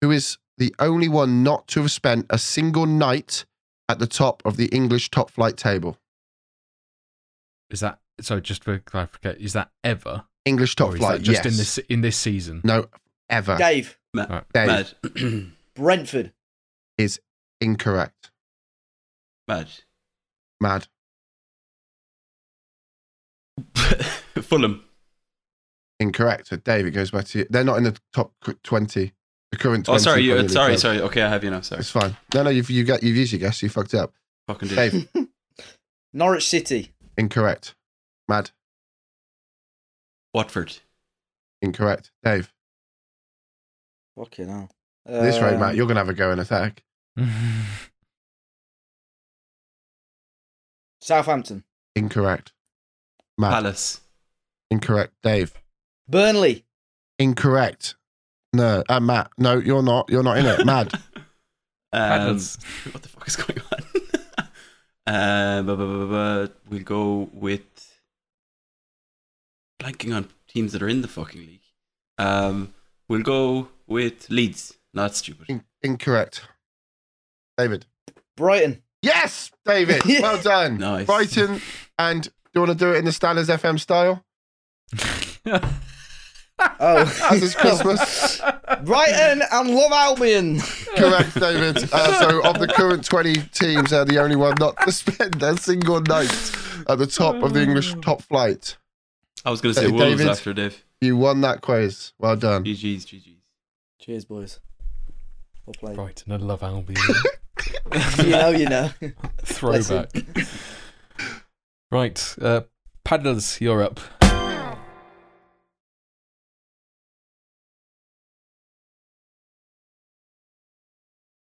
Speaker 3: who is the only one not to have spent a single night at the top of the English top flight table?
Speaker 1: Is that so? Just for clarification, is that ever?
Speaker 3: English top
Speaker 1: or Oh, is
Speaker 3: flight,
Speaker 1: that just
Speaker 3: yes.
Speaker 1: in this in this season?
Speaker 3: No, ever.
Speaker 2: Dave
Speaker 3: Dave,
Speaker 4: Mad.
Speaker 2: Brentford.
Speaker 3: incorrect.
Speaker 4: Mad.
Speaker 3: Mad.
Speaker 4: Fulham.
Speaker 3: Incorrect. So Dave, it goes back to you. They're not in the top cu- 20. The current 20.
Speaker 4: Oh, sorry. You,
Speaker 3: Premier League
Speaker 4: sorry,
Speaker 3: clubs.
Speaker 4: sorry. Okay, I have you now. Sorry.
Speaker 3: It's fine. No, no, you've, you got, you've used your guess. You fucked it up.
Speaker 4: Fucking did.
Speaker 3: Dave,
Speaker 2: Norwich City.
Speaker 3: incorrect. Mad.
Speaker 4: Watford.
Speaker 3: Incorrect. Dave.
Speaker 2: Fucking hell.
Speaker 3: At this rate,
Speaker 2: Um,
Speaker 3: Matt, you're going to have a go in a sec.
Speaker 2: Southampton.
Speaker 3: Incorrect. Matt.
Speaker 4: Palace.
Speaker 3: Incorrect. Dave.
Speaker 2: Burnley.
Speaker 3: Incorrect. No, uh, Matt. No, you're not. You're not in it. Mad.
Speaker 4: Um,
Speaker 1: Palace.
Speaker 4: what the fuck is going on? uh, bu- bu- bu- bu- bu- we'll go with blanking on teams that are in the fucking league. Um, we'll go with Leeds. No, that's stupid.
Speaker 3: In- incorrect. David.
Speaker 2: Brighton.
Speaker 3: Yes, David. Well done.
Speaker 4: Nice.
Speaker 3: Brighton. And do you want to do it in the Stanners FM style?
Speaker 4: Um,
Speaker 2: Oh,
Speaker 3: As it's Christmas.
Speaker 2: Brighton and Love Albion.
Speaker 3: Correct, David. Uh, so, of the current 20 teams, they're the only one not to spend a single night at the top of the English top flight.
Speaker 4: I was going to say
Speaker 3: Hey,
Speaker 4: Wolves
Speaker 3: David.
Speaker 4: after Dave.
Speaker 3: You won that quiz. Well done.
Speaker 4: GG's, GG's.
Speaker 2: Cheers, boys. Well played.
Speaker 1: Brighton, I love Albion.
Speaker 2: you know, you know.
Speaker 1: Throwback. Right, uh, paddlers, you're up.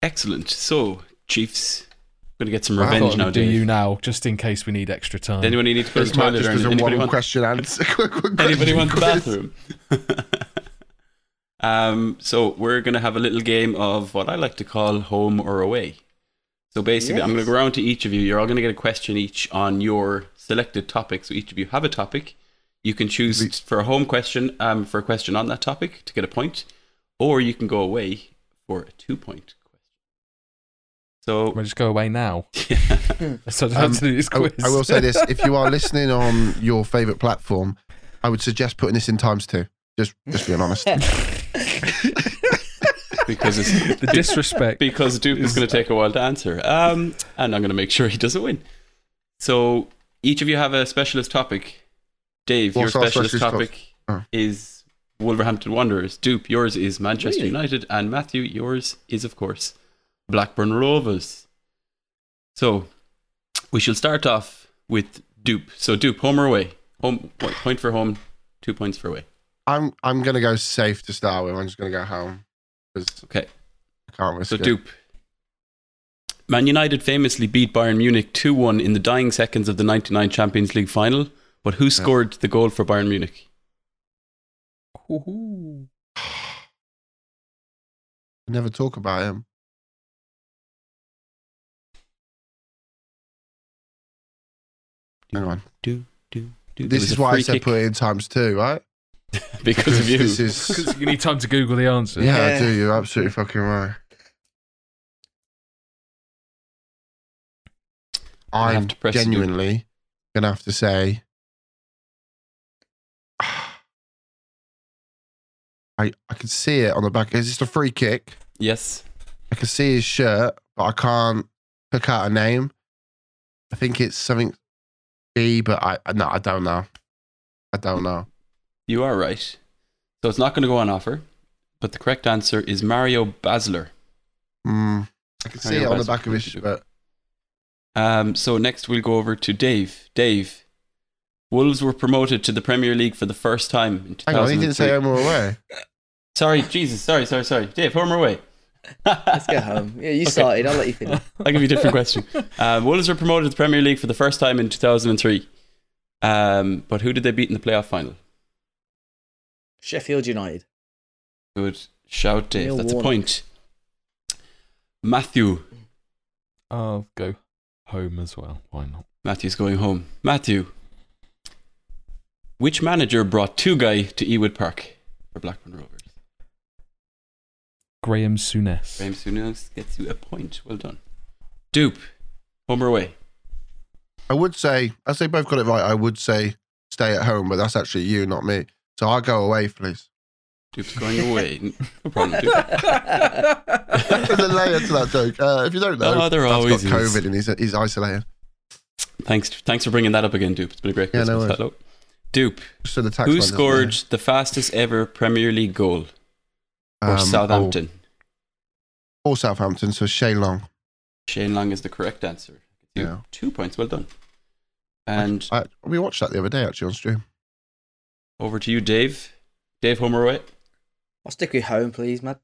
Speaker 4: Excellent. So, Chiefs. Going to get some
Speaker 3: Wow.
Speaker 1: I
Speaker 4: revenge
Speaker 1: thought
Speaker 4: now,
Speaker 1: I'd do you
Speaker 4: Dave.
Speaker 1: now, just in case we need extra time.
Speaker 4: Anyone who needs to go to
Speaker 3: This
Speaker 4: the
Speaker 3: match
Speaker 4: toilet
Speaker 3: just
Speaker 4: or
Speaker 3: was a
Speaker 4: anything? Anybody want,
Speaker 3: one question answer.
Speaker 4: anybody want the
Speaker 3: quiz.
Speaker 4: bathroom? Um, so we're going to have a little game of what I like to call home or away. So basically, I'm going to go around to each of you. You're all going to get a question each on your selected topic. So each of you have a topic. You can choose
Speaker 3: We-
Speaker 4: for a home question, um, for a question on that topic to get a point, or you can go away for a two point question. So
Speaker 1: Can I just go away now? so I don't
Speaker 3: Um,
Speaker 1: have to do this
Speaker 3: I,
Speaker 1: quiz.
Speaker 3: I will say this: if you are listening on your favorite platform, I would suggest putting this in times two. Just, just being honest.
Speaker 4: because it's
Speaker 1: the disrespect.
Speaker 4: because Dupe is going to take a while to answer. Um, and I'm going to make sure he doesn't win. So each of you have a specialist topic. Dave,
Speaker 3: What's
Speaker 4: your
Speaker 3: our
Speaker 4: specialist,
Speaker 3: specialist
Speaker 4: topic
Speaker 3: topic?
Speaker 4: is Wolverhampton Wanderers. Dupe, yours is Manchester
Speaker 2: Really?
Speaker 4: United, and Matthew, yours is of course Blackburn Rovers. So we shall start off with Dupe. So Dupe, home or away? Home point- point for home, two points for away.
Speaker 3: I'm, I'm gonna go safe to start with. I'm just gonna go home because
Speaker 4: Okay.
Speaker 3: I can't risk
Speaker 4: So
Speaker 3: it.
Speaker 4: dupe. Man United famously beat Bayern Munich 2-1 in the dying seconds of the 99 Champions League final, but who scored the goal for Bayern Munich?
Speaker 1: Ooh.
Speaker 3: Never talk about him. Hang on.
Speaker 4: Do do do. There
Speaker 3: This
Speaker 4: was
Speaker 3: is
Speaker 4: a
Speaker 3: why I
Speaker 4: free
Speaker 3: said
Speaker 4: kick
Speaker 3: put it in times two, right?
Speaker 4: because of you.
Speaker 3: This is
Speaker 1: 'Cause you need time to Google the answer.
Speaker 3: yeah,
Speaker 2: Yeah.
Speaker 3: I do. You're absolutely fucking right.
Speaker 4: I have
Speaker 3: I'm
Speaker 4: to press the
Speaker 3: genuinely gonna have to say, I I can see it on the back. Is this a free kick?
Speaker 4: yes.
Speaker 3: I can see his shirt, but I can't pick out a name. I think it's something B, but I I- no, I don't know. I don't know.
Speaker 4: You are right. So it's not going to go on offer, but the correct answer is Mario Basler.
Speaker 3: Mm, I can see
Speaker 4: Mario
Speaker 3: it on the
Speaker 4: Basler.
Speaker 3: back of his shirt.
Speaker 4: Um, so next we'll go over to Dave. Dave, Wolves were promoted to the Premier League for the first time in 2003.
Speaker 3: Hang on, he didn't say home or away.
Speaker 4: Sorry, Jesus, sorry, sorry, sorry. Dave, home or away?
Speaker 2: Let's go home. Yeah, you started. I'll let you finish.
Speaker 4: I'll give you a different question. Uh, Wolves were promoted to the Premier League for the first time in 2003. Um, but who did they beat in the playoff final?
Speaker 2: Sheffield United.
Speaker 4: Good shout, Dave.
Speaker 2: Neil
Speaker 4: That's a
Speaker 2: Warnock.
Speaker 4: point. Matthew.
Speaker 1: I'll go home as well. Why not?
Speaker 4: Matthew's going home. Matthew. Which manager brought two guy to Ewood Park for Blackburn Rovers?
Speaker 1: Graham Souness.
Speaker 4: Graham Souness gets you a point. Well done. Dupe. Home or away?
Speaker 3: I would say, as they both got it right, I would say stay at home, but that's actually you, not me. So I'll go away, please.
Speaker 4: Dupe's going away. No problem, Dupe.
Speaker 3: There's a layer to that joke. Uh, if you don't know,
Speaker 4: Oh, there
Speaker 3: Dad's
Speaker 4: always is.
Speaker 3: got COVID and he's, he's isolated.
Speaker 4: Thanks, thanks for bringing that up again, Dupe. It's been a great
Speaker 3: Yeah,
Speaker 4: Christmas.
Speaker 3: no worries.
Speaker 4: Hello. Dupe.
Speaker 3: So the tax man
Speaker 4: Who
Speaker 3: doesn't
Speaker 4: scored
Speaker 3: know.
Speaker 4: the fastest ever Premier League goal for
Speaker 3: Um,
Speaker 4: Southampton?
Speaker 3: Or, or Southampton, so Shay Long.
Speaker 4: Shane Long is the correct answer. You-
Speaker 3: Yeah.
Speaker 4: Two points, well done. And
Speaker 3: I, we watched that the other day, actually, on stream.
Speaker 4: over to you, Dave. Dave Homer away.
Speaker 2: I'll stick with home, please, Matt.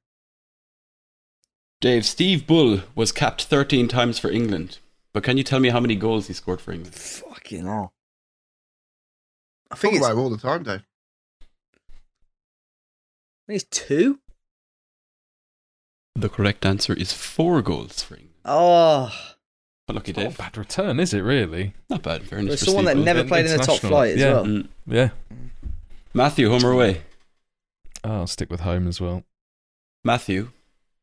Speaker 4: Dave, Steve Bull was capped 13 times for England. But can you tell me how many goals he scored for England?
Speaker 2: Fucking hell. I
Speaker 3: Talk
Speaker 2: think, it's, I
Speaker 3: about him all the time, Dave.
Speaker 2: think it's two.
Speaker 4: The correct answer is four goals for England.
Speaker 2: Oh,
Speaker 4: Well, lucky
Speaker 1: Not a
Speaker 4: Dave.
Speaker 1: bad return, is it really?
Speaker 4: Not bad, in fairness.
Speaker 2: there's
Speaker 4: For
Speaker 2: someone
Speaker 4: Steve
Speaker 2: that
Speaker 4: Bull.
Speaker 2: never
Speaker 1: in-
Speaker 2: played in the top
Speaker 1: international.
Speaker 2: flight as
Speaker 1: Yeah.
Speaker 2: well.
Speaker 4: Mm.
Speaker 1: Yeah.
Speaker 4: Matthew, Homer away.
Speaker 1: Oh, I'll stick with home as well.
Speaker 4: Matthew,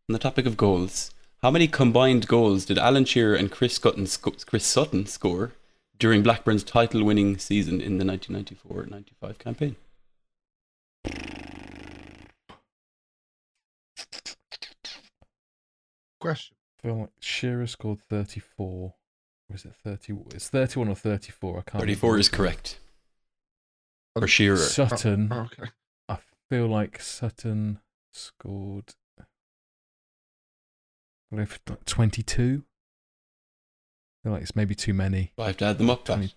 Speaker 4: on the topic of goals, how many combined goals did Alan Shearer and Chris Sutton, sco- Chris Sutton score during Blackburn's title winning season in the 1994 95 campaign?
Speaker 3: Question.
Speaker 1: I feel like Shearer scored 34. Or is it 30? It's 31 or 34. I can't
Speaker 4: 34
Speaker 1: remember.
Speaker 4: is correct. For Shearer.
Speaker 1: Sutton.
Speaker 3: Oh, okay.
Speaker 1: I feel like Sutton scored. I'll go for like 22. I feel like it's maybe too many.
Speaker 4: I have to add them up. Pat.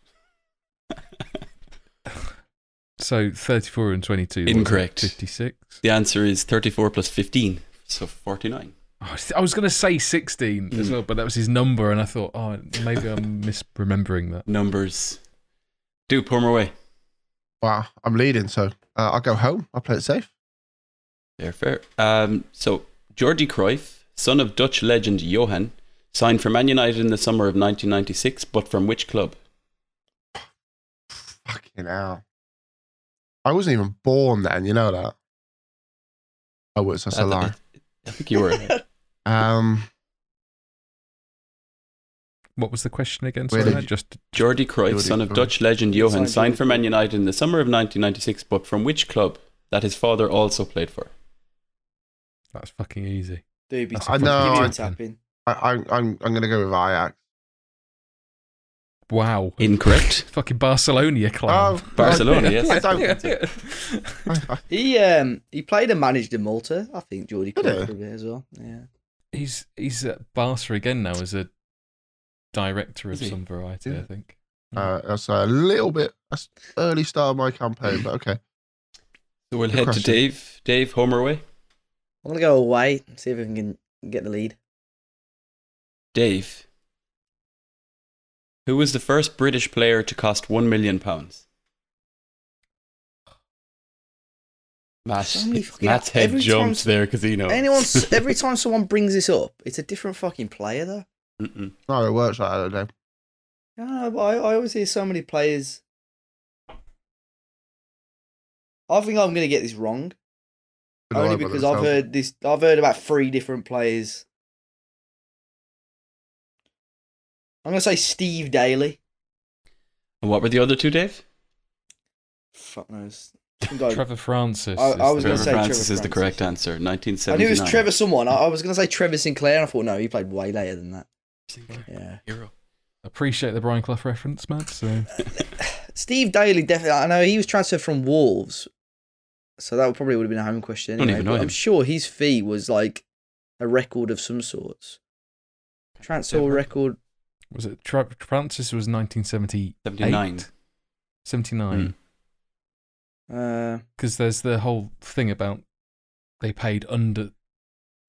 Speaker 1: So 34 and 22. what was it,
Speaker 4: Incorrect.
Speaker 1: 56.
Speaker 4: The answer is 34 plus 15, so 49.
Speaker 1: Oh, I was- I was going to say 16 as
Speaker 4: Mm.
Speaker 1: well, but that was his number, and I thought, oh, maybe I'm misremembering that.
Speaker 4: Numbers. Do pour 'em away.
Speaker 3: Wow, I'm leading, so uh, I'll go home. I'll play it safe.
Speaker 4: Fair, fair. Um, so, Geordie Cruyff, son of Dutch legend Johan, signed for Man United in the summer of 1996, but from which club?
Speaker 3: Fucking hell. I wasn't even born then, you know that? Oh, it's that's a
Speaker 4: I,
Speaker 3: lie.
Speaker 4: th- I think you were.
Speaker 3: Um,
Speaker 1: What was the question again?
Speaker 3: Where
Speaker 1: Sorry,
Speaker 3: did
Speaker 1: I
Speaker 3: you-
Speaker 1: just
Speaker 4: Jordi Cruyff,
Speaker 3: Jordi
Speaker 4: son of
Speaker 3: Cruyff.
Speaker 4: Dutch legend Johan,
Speaker 2: Signed
Speaker 4: signed for
Speaker 2: Jordi
Speaker 4: Man
Speaker 2: Cruyff.
Speaker 4: United in the summer of 1996, but from which club that his father also played for?
Speaker 1: that's fucking easy.
Speaker 2: Doobie
Speaker 1: That's
Speaker 3: I
Speaker 1: a
Speaker 3: know,
Speaker 1: fucking
Speaker 3: I-
Speaker 2: Doobie
Speaker 1: tap.
Speaker 2: tapping.
Speaker 3: I, I, I'm, I'm going to go with Ajax.
Speaker 1: Wow.
Speaker 4: Incorrect.
Speaker 1: fucking Barcelona clown.
Speaker 3: Oh,
Speaker 4: Barcelona, yes.
Speaker 3: I don't. I- I-
Speaker 2: He um he played and managed in Malta, I think. Geordie
Speaker 3: Did
Speaker 2: Cruyff
Speaker 3: he?
Speaker 2: for a bit as well. Yeah.
Speaker 1: he's he's at Barca again now as a director of
Speaker 4: Is he?
Speaker 1: some variety,
Speaker 3: Yeah.
Speaker 1: I think.
Speaker 3: Uh, that's a little bit. That's early start of my campaign, but okay.
Speaker 4: So we'll
Speaker 3: Good
Speaker 4: head to
Speaker 3: question.
Speaker 4: Dave. Dave, home or away?
Speaker 2: I'm gonna go away and see if we can get the lead.
Speaker 4: Dave. Who was the first British player to cost one million pounds? Matt,
Speaker 2: So many fucking-
Speaker 4: Matt's head
Speaker 2: every
Speaker 4: jumped
Speaker 2: time-
Speaker 4: there because
Speaker 1: Oh.
Speaker 4: he knows.
Speaker 2: Anyone every time someone brings this up, it's a different fucking player though.
Speaker 4: Mm-mm.
Speaker 3: No, it works like that, I don't know.
Speaker 2: I don't know, but I, I always hear so many players. I think I'm going to get this wrong,
Speaker 3: Been
Speaker 2: only
Speaker 3: alright by
Speaker 2: because I've
Speaker 3: themselves.
Speaker 2: heard this. I've heard about three different players. I'm going to say Steve Daly.
Speaker 4: And what were the other two, Dave?
Speaker 2: Fuck knows. I think I-
Speaker 1: Trevor Francis.
Speaker 2: Oh. I-
Speaker 1: is
Speaker 2: I was
Speaker 1: the-
Speaker 2: gonna
Speaker 4: Trevor
Speaker 2: say Trevor
Speaker 4: Francis is the
Speaker 2: Francis.
Speaker 4: correct answer. 1979.
Speaker 2: I knew it was Trevor someone. I, I was going to say Trevor Sinclair, and I thought no, he played way later than that.
Speaker 4: Sinclair.
Speaker 2: Yeah,
Speaker 4: Hero.
Speaker 1: appreciate the Brian Clough reference, Matt. So
Speaker 2: Steve Daly definitely. I know he was transferred from Wolves, so that would probably would have been a home question.
Speaker 4: Don't
Speaker 2: Anyway,
Speaker 4: even know
Speaker 2: but
Speaker 4: him.
Speaker 2: I'm sure his fee was like a record of some sorts. Transfer
Speaker 4: Yeah,
Speaker 2: record.
Speaker 1: was it Tra- Francis was 1978?
Speaker 4: 79.
Speaker 2: Hmm.
Speaker 1: 79.
Speaker 2: Uh,
Speaker 1: Because there's the whole thing about they paid under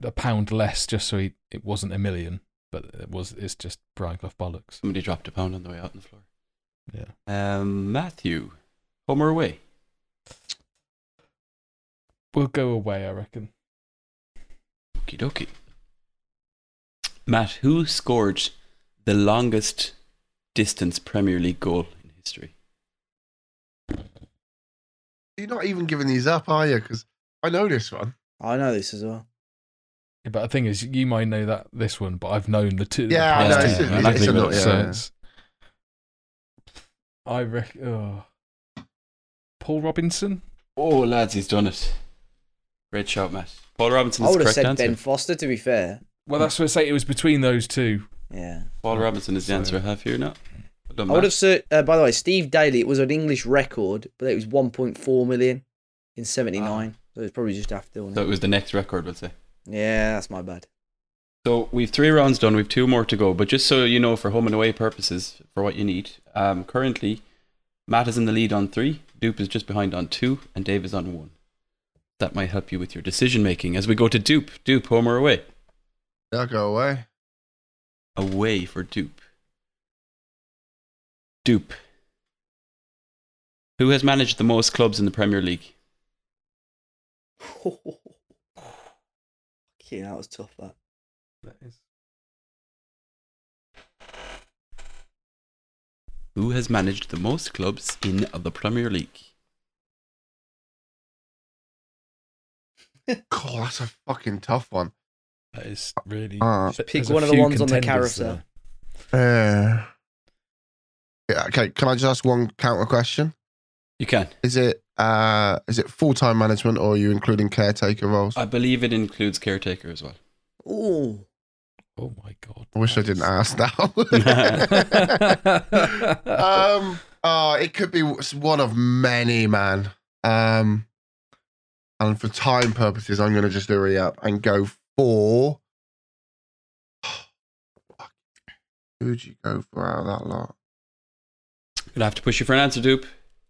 Speaker 1: a pound less just so he, it wasn't a million, but it was it's just Brian Clough bollocks.
Speaker 2: Hmm.
Speaker 4: Somebody dropped a pound on the way out on the floor.
Speaker 1: Yeah.
Speaker 4: Um, Matthew, home or away?
Speaker 1: We'll go away, I reckon.
Speaker 4: Okie dokie. Matt, who scored the longest distance Premier League goal in history?
Speaker 3: You're not even giving these up, are you? Because I know this one.
Speaker 2: I know this as well.
Speaker 1: Yeah, But the thing is, you might know that this one, but I've known the two.
Speaker 3: Yeah,
Speaker 4: I
Speaker 1: the
Speaker 4: know,
Speaker 1: past
Speaker 4: it's-
Speaker 1: two
Speaker 4: it's-
Speaker 1: Premier
Speaker 4: it's a
Speaker 1: League
Speaker 4: lot,
Speaker 1: ones,
Speaker 3: yeah,
Speaker 1: so
Speaker 3: yeah.
Speaker 1: it's- I reckon. Oh. Paul Robinson.
Speaker 4: Oh, lads, he's done it. Great shout, Matt. Paul Robinson
Speaker 2: I
Speaker 4: is the
Speaker 2: would have
Speaker 4: correct
Speaker 2: said
Speaker 4: answer.
Speaker 2: Ben Foster to be fair.
Speaker 1: Well, that's what I say. It was between those two.
Speaker 2: Yeah,
Speaker 4: Paul Robinson is the
Speaker 1: Sorry.
Speaker 4: answer I have here now. Well done,
Speaker 2: I would
Speaker 4: Matt.
Speaker 2: have said. Uh, by the way, Steve Daly. It was an English record, but it was 1.4 million in '79. So it's probably just after.
Speaker 4: Ah. So
Speaker 2: wasn't
Speaker 4: it was the next record, we'll say.
Speaker 2: it? Yeah, that's my bad.
Speaker 4: So we've three rounds done. We've two more to go. But just so you know, for home and away purposes, for what you need, um, currently Matt is in the lead on three, Dupe is just behind on two, and Dave is on one. That might help you with your decision making as we go to Dupe. Dupe, home or away?
Speaker 3: They'll go away.
Speaker 4: Away for Dupe. Dupe. Who has managed the most clubs in the Premier League?
Speaker 2: Yeah, that was tough. That.
Speaker 1: That is.
Speaker 4: Who has managed the most clubs in the Premier League?
Speaker 3: God, that's a fucking tough one.
Speaker 1: That is really.
Speaker 3: Uh,
Speaker 1: Th-
Speaker 2: Pick
Speaker 1: there's a
Speaker 2: one of the
Speaker 1: few
Speaker 2: ones on the
Speaker 1: contenders
Speaker 2: carousel.
Speaker 1: there.
Speaker 3: Uh, yeah, okay, can I just ask one counter question?
Speaker 4: You can.
Speaker 3: Is it uh, is it full time management or are you including caretaker roles?
Speaker 4: I believe it includes caretaker as well.
Speaker 2: Ooh.
Speaker 1: Oh my god!
Speaker 3: I wish I didn't ask now.
Speaker 1: that.
Speaker 3: um, oh, it could be one of many, man. Um, and for time purposes, I'm going to just hurry up and go for. Who'd you go for out of that lot?
Speaker 4: You'll have to push you for an answer, Dupe.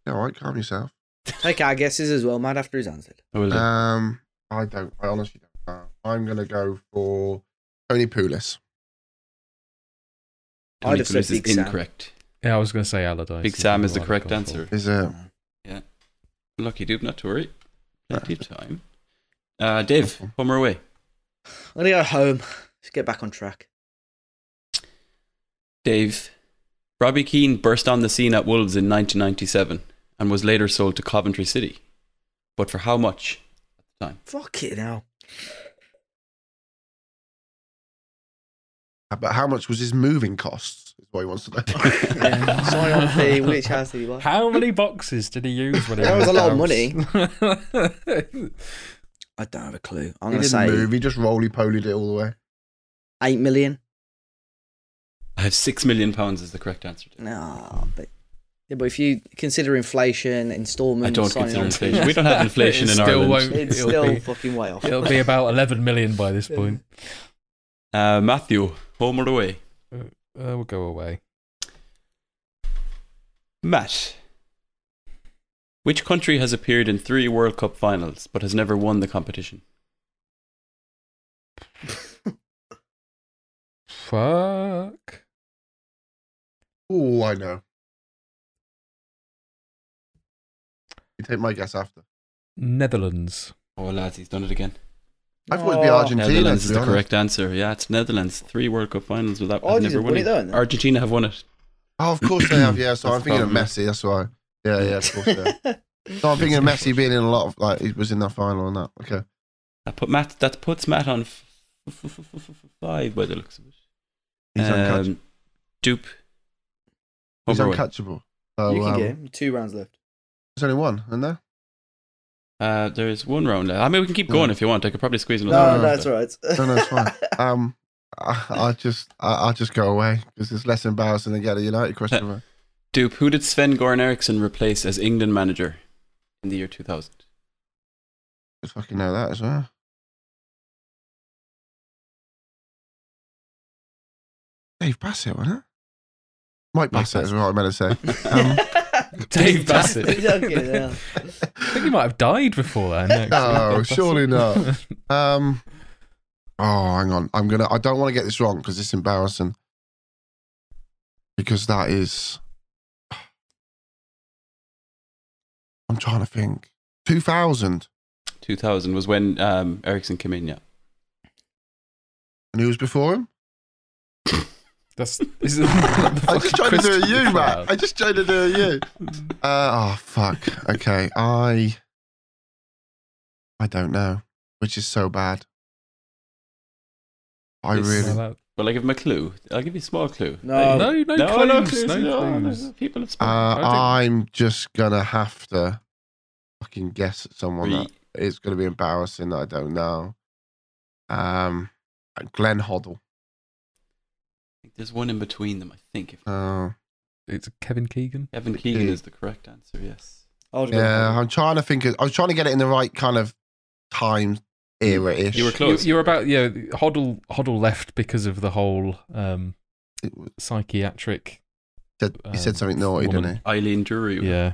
Speaker 3: Yeah, all right, calm yourself.
Speaker 2: Take our guesses as well, Matt, after he's answered.
Speaker 4: I will do.
Speaker 3: Um, I don't. I honestly don't. know. I'm going to go for Tony Pulis.
Speaker 2: I'd
Speaker 4: Tony
Speaker 2: have said
Speaker 4: Pulis is
Speaker 2: Big Sam.
Speaker 4: incorrect.
Speaker 1: yeah, I was going to say Allardyce.
Speaker 4: Big
Speaker 1: It's
Speaker 4: Sam
Speaker 1: been a
Speaker 4: is the
Speaker 1: while
Speaker 4: correct
Speaker 1: before.
Speaker 3: uh,
Speaker 4: answer.
Speaker 3: Is it?
Speaker 4: Lucky dude, not to worry. Plenty of time. Uh, Dave, home or away?
Speaker 2: I'm gonna go home. Let's get back on track.
Speaker 4: Dave, Robbie Keane burst on the scene at Wolves in 1997 and was later sold to Coventry City. But for how much at the time?
Speaker 2: Fuck it now.
Speaker 3: But how much was his moving costs? Is what he wants to know.
Speaker 2: Yeah. Zion P. Which house did he buy?
Speaker 1: How many boxes did he use when he
Speaker 2: That was a lot of money.
Speaker 3: house?
Speaker 1: money.
Speaker 2: I don't have a clue. I'm gonna
Speaker 3: he didn't
Speaker 2: say
Speaker 3: move. He just roly polied it all the way.
Speaker 2: eight million.
Speaker 4: I have six million pounds is the correct answer. Dave.
Speaker 2: No, but yeah, but if you consider inflation, instalments,
Speaker 4: I don't
Speaker 2: signing
Speaker 4: consider
Speaker 2: on to-
Speaker 4: inflation. We don't have inflation
Speaker 1: It
Speaker 4: in
Speaker 1: still
Speaker 4: Ireland.
Speaker 1: won't-
Speaker 2: It's
Speaker 1: It'll
Speaker 2: still
Speaker 1: be-
Speaker 2: fucking way off.
Speaker 1: It'll be about 11 million by this point.
Speaker 4: Uh, Matthew, home or away?
Speaker 1: Uh, we'll go away.
Speaker 4: Matt, which country has appeared in three World Cup finals but has never won the competition?
Speaker 1: Fuck.
Speaker 3: Oh, I know. You take my guess after.
Speaker 1: Netherlands.
Speaker 4: Oh, lads, he's done it again.
Speaker 3: I thought it'd be
Speaker 2: Oh.
Speaker 3: Argentina.
Speaker 4: Netherlands
Speaker 3: To
Speaker 4: is
Speaker 3: be
Speaker 4: the
Speaker 3: honest.
Speaker 4: correct answer. Yeah, it's Netherlands. Three World Cup finals without
Speaker 2: Oh,
Speaker 4: have
Speaker 2: did
Speaker 4: never
Speaker 2: they win it
Speaker 4: winning.
Speaker 2: though, haven't they?
Speaker 4: Argentina have won it.
Speaker 3: Oh, of course they have. Yeah, so
Speaker 4: That's
Speaker 3: I'm thinking of
Speaker 4: probably-
Speaker 3: Messi. That's why. Yeah, yeah, of course. Yeah. So I'm thinking of Messi being in a lot of like he was in that final and that. Okay,
Speaker 4: That put Matt. That puts Matt on f- f- f- f- f- five by the looks of it.
Speaker 3: he's uncatchable.
Speaker 4: Um, dupe.
Speaker 3: He's
Speaker 4: Over away.
Speaker 3: uncatchable. So,
Speaker 2: you can
Speaker 3: um,
Speaker 2: get him. Two rounds left.
Speaker 3: There's only one, isn't there?
Speaker 4: Uh, there is one round left. I mean, we can keep
Speaker 3: Yeah.
Speaker 4: going if you want. I could probably squeeze
Speaker 2: No,
Speaker 4: another. round
Speaker 2: no,
Speaker 4: in,
Speaker 2: that's
Speaker 4: but-
Speaker 2: all right.
Speaker 3: No, no, it's fine. Um, I, I just, I, I just go away because it's less embarrassing than get a United question. right?
Speaker 4: Dupe. Who did Sven Goran Eriksson replace as England manager in the year 2000?
Speaker 3: I fucking know that as well. Dave Bassett, wasn't it? Mike Bassett is what I meant to say. Um,
Speaker 1: Dave Bassett.
Speaker 2: Fucking hell.
Speaker 1: I think he might have died before then. actually.
Speaker 3: No, surely not. Um, oh, hang on. I'm gonna. I don't want to get this wrong because it's embarrassing. Because that is. I'm trying to think. 2000,
Speaker 4: 2000 was when um, Eriksson came in. Yeah.
Speaker 3: and who was before him?
Speaker 1: That's, this is not the
Speaker 3: I just tried
Speaker 1: fucking
Speaker 3: to do a
Speaker 1: Christian
Speaker 3: you,
Speaker 1: crowd.
Speaker 3: Matt. I just tried to do a you. Uh, oh fuck. Okay, I. I don't know, which is so bad. I
Speaker 4: It's-
Speaker 3: really.
Speaker 1: Well,
Speaker 4: Well, I give him a clue. I'll give you a small clue.
Speaker 2: No.
Speaker 1: No, Oh. no clues, no clues.
Speaker 4: People have spoken.
Speaker 3: Uh,
Speaker 1: I
Speaker 3: I'm just gonna have to fucking guess at someone
Speaker 4: Three.
Speaker 3: that it's gonna be embarrassing. That I don't know. Um, Glenn Hoddle.
Speaker 4: There's one in between them, I think. If
Speaker 3: Uh,
Speaker 4: Oh,
Speaker 1: that- it's Kevin Keegan.
Speaker 4: Evan Keegan is the correct answer, yes.
Speaker 2: I was gonna-
Speaker 3: yeah, I'm trying to think. Of, I was trying to get it in the right kind of time era ish.
Speaker 4: You were
Speaker 1: You,
Speaker 4: close.
Speaker 1: you're about yeah. Hoddle Hoddle left because of the whole um, psychiatric.
Speaker 3: Said, he
Speaker 1: um,
Speaker 3: said something naughty, didn't
Speaker 1: woman.
Speaker 3: he?
Speaker 4: Eileen Drury.
Speaker 1: Yeah,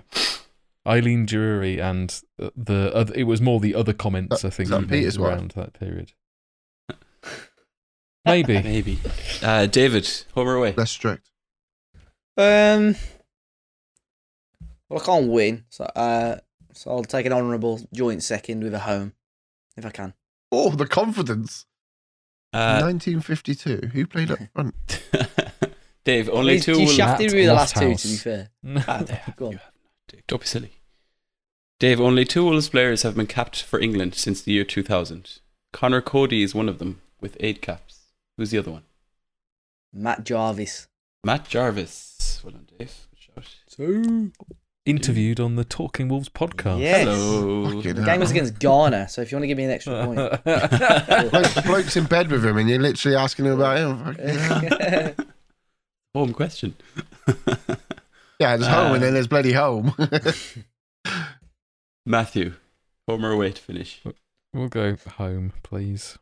Speaker 1: Eileen Drury and the- the other, it was more the other comments I think
Speaker 3: that
Speaker 1: he made
Speaker 3: Peter's wife?
Speaker 1: around that period. Maybe
Speaker 4: Maybe. Uh, David, home or away?
Speaker 3: Less strict.
Speaker 2: Um. Well, I can't win, so uh, so I'll take an honourable joint second with a home, if I can.
Speaker 3: Oh, the confidence.
Speaker 4: Uh,
Speaker 3: 1952. Who played up front?
Speaker 4: Dave, only
Speaker 2: You-
Speaker 4: two
Speaker 2: You
Speaker 4: will.
Speaker 1: shaft-
Speaker 2: shafted
Speaker 1: Matt
Speaker 2: me with the last two, to
Speaker 1: Loftus.
Speaker 2: be fair.
Speaker 4: Ah, there, you
Speaker 2: Go on.
Speaker 4: have not. Don't be silly. Dave, only two Wolves players have been capped for England since the year 2000. Connor Cody is one of them, with eight caps. Who's the other one?
Speaker 2: Matt Jarvis.
Speaker 4: Matt Jarvis. Well done, Dave. Good shot.
Speaker 1: so interviewed on the Talking Wolves podcast.
Speaker 2: Yes.
Speaker 4: Hello.
Speaker 3: Fucking
Speaker 2: The game was
Speaker 3: hell.
Speaker 2: against Ghana, so if you want to give me an extra point.
Speaker 3: Bloke- bloke's in bed with him, and you're literally asking him about him. Fucking hell.
Speaker 4: Home question.
Speaker 3: Yeah, there's home,
Speaker 4: Uh,
Speaker 3: and then there's bloody home.
Speaker 4: Matthew, home or away to finish?
Speaker 1: we'll go home, please.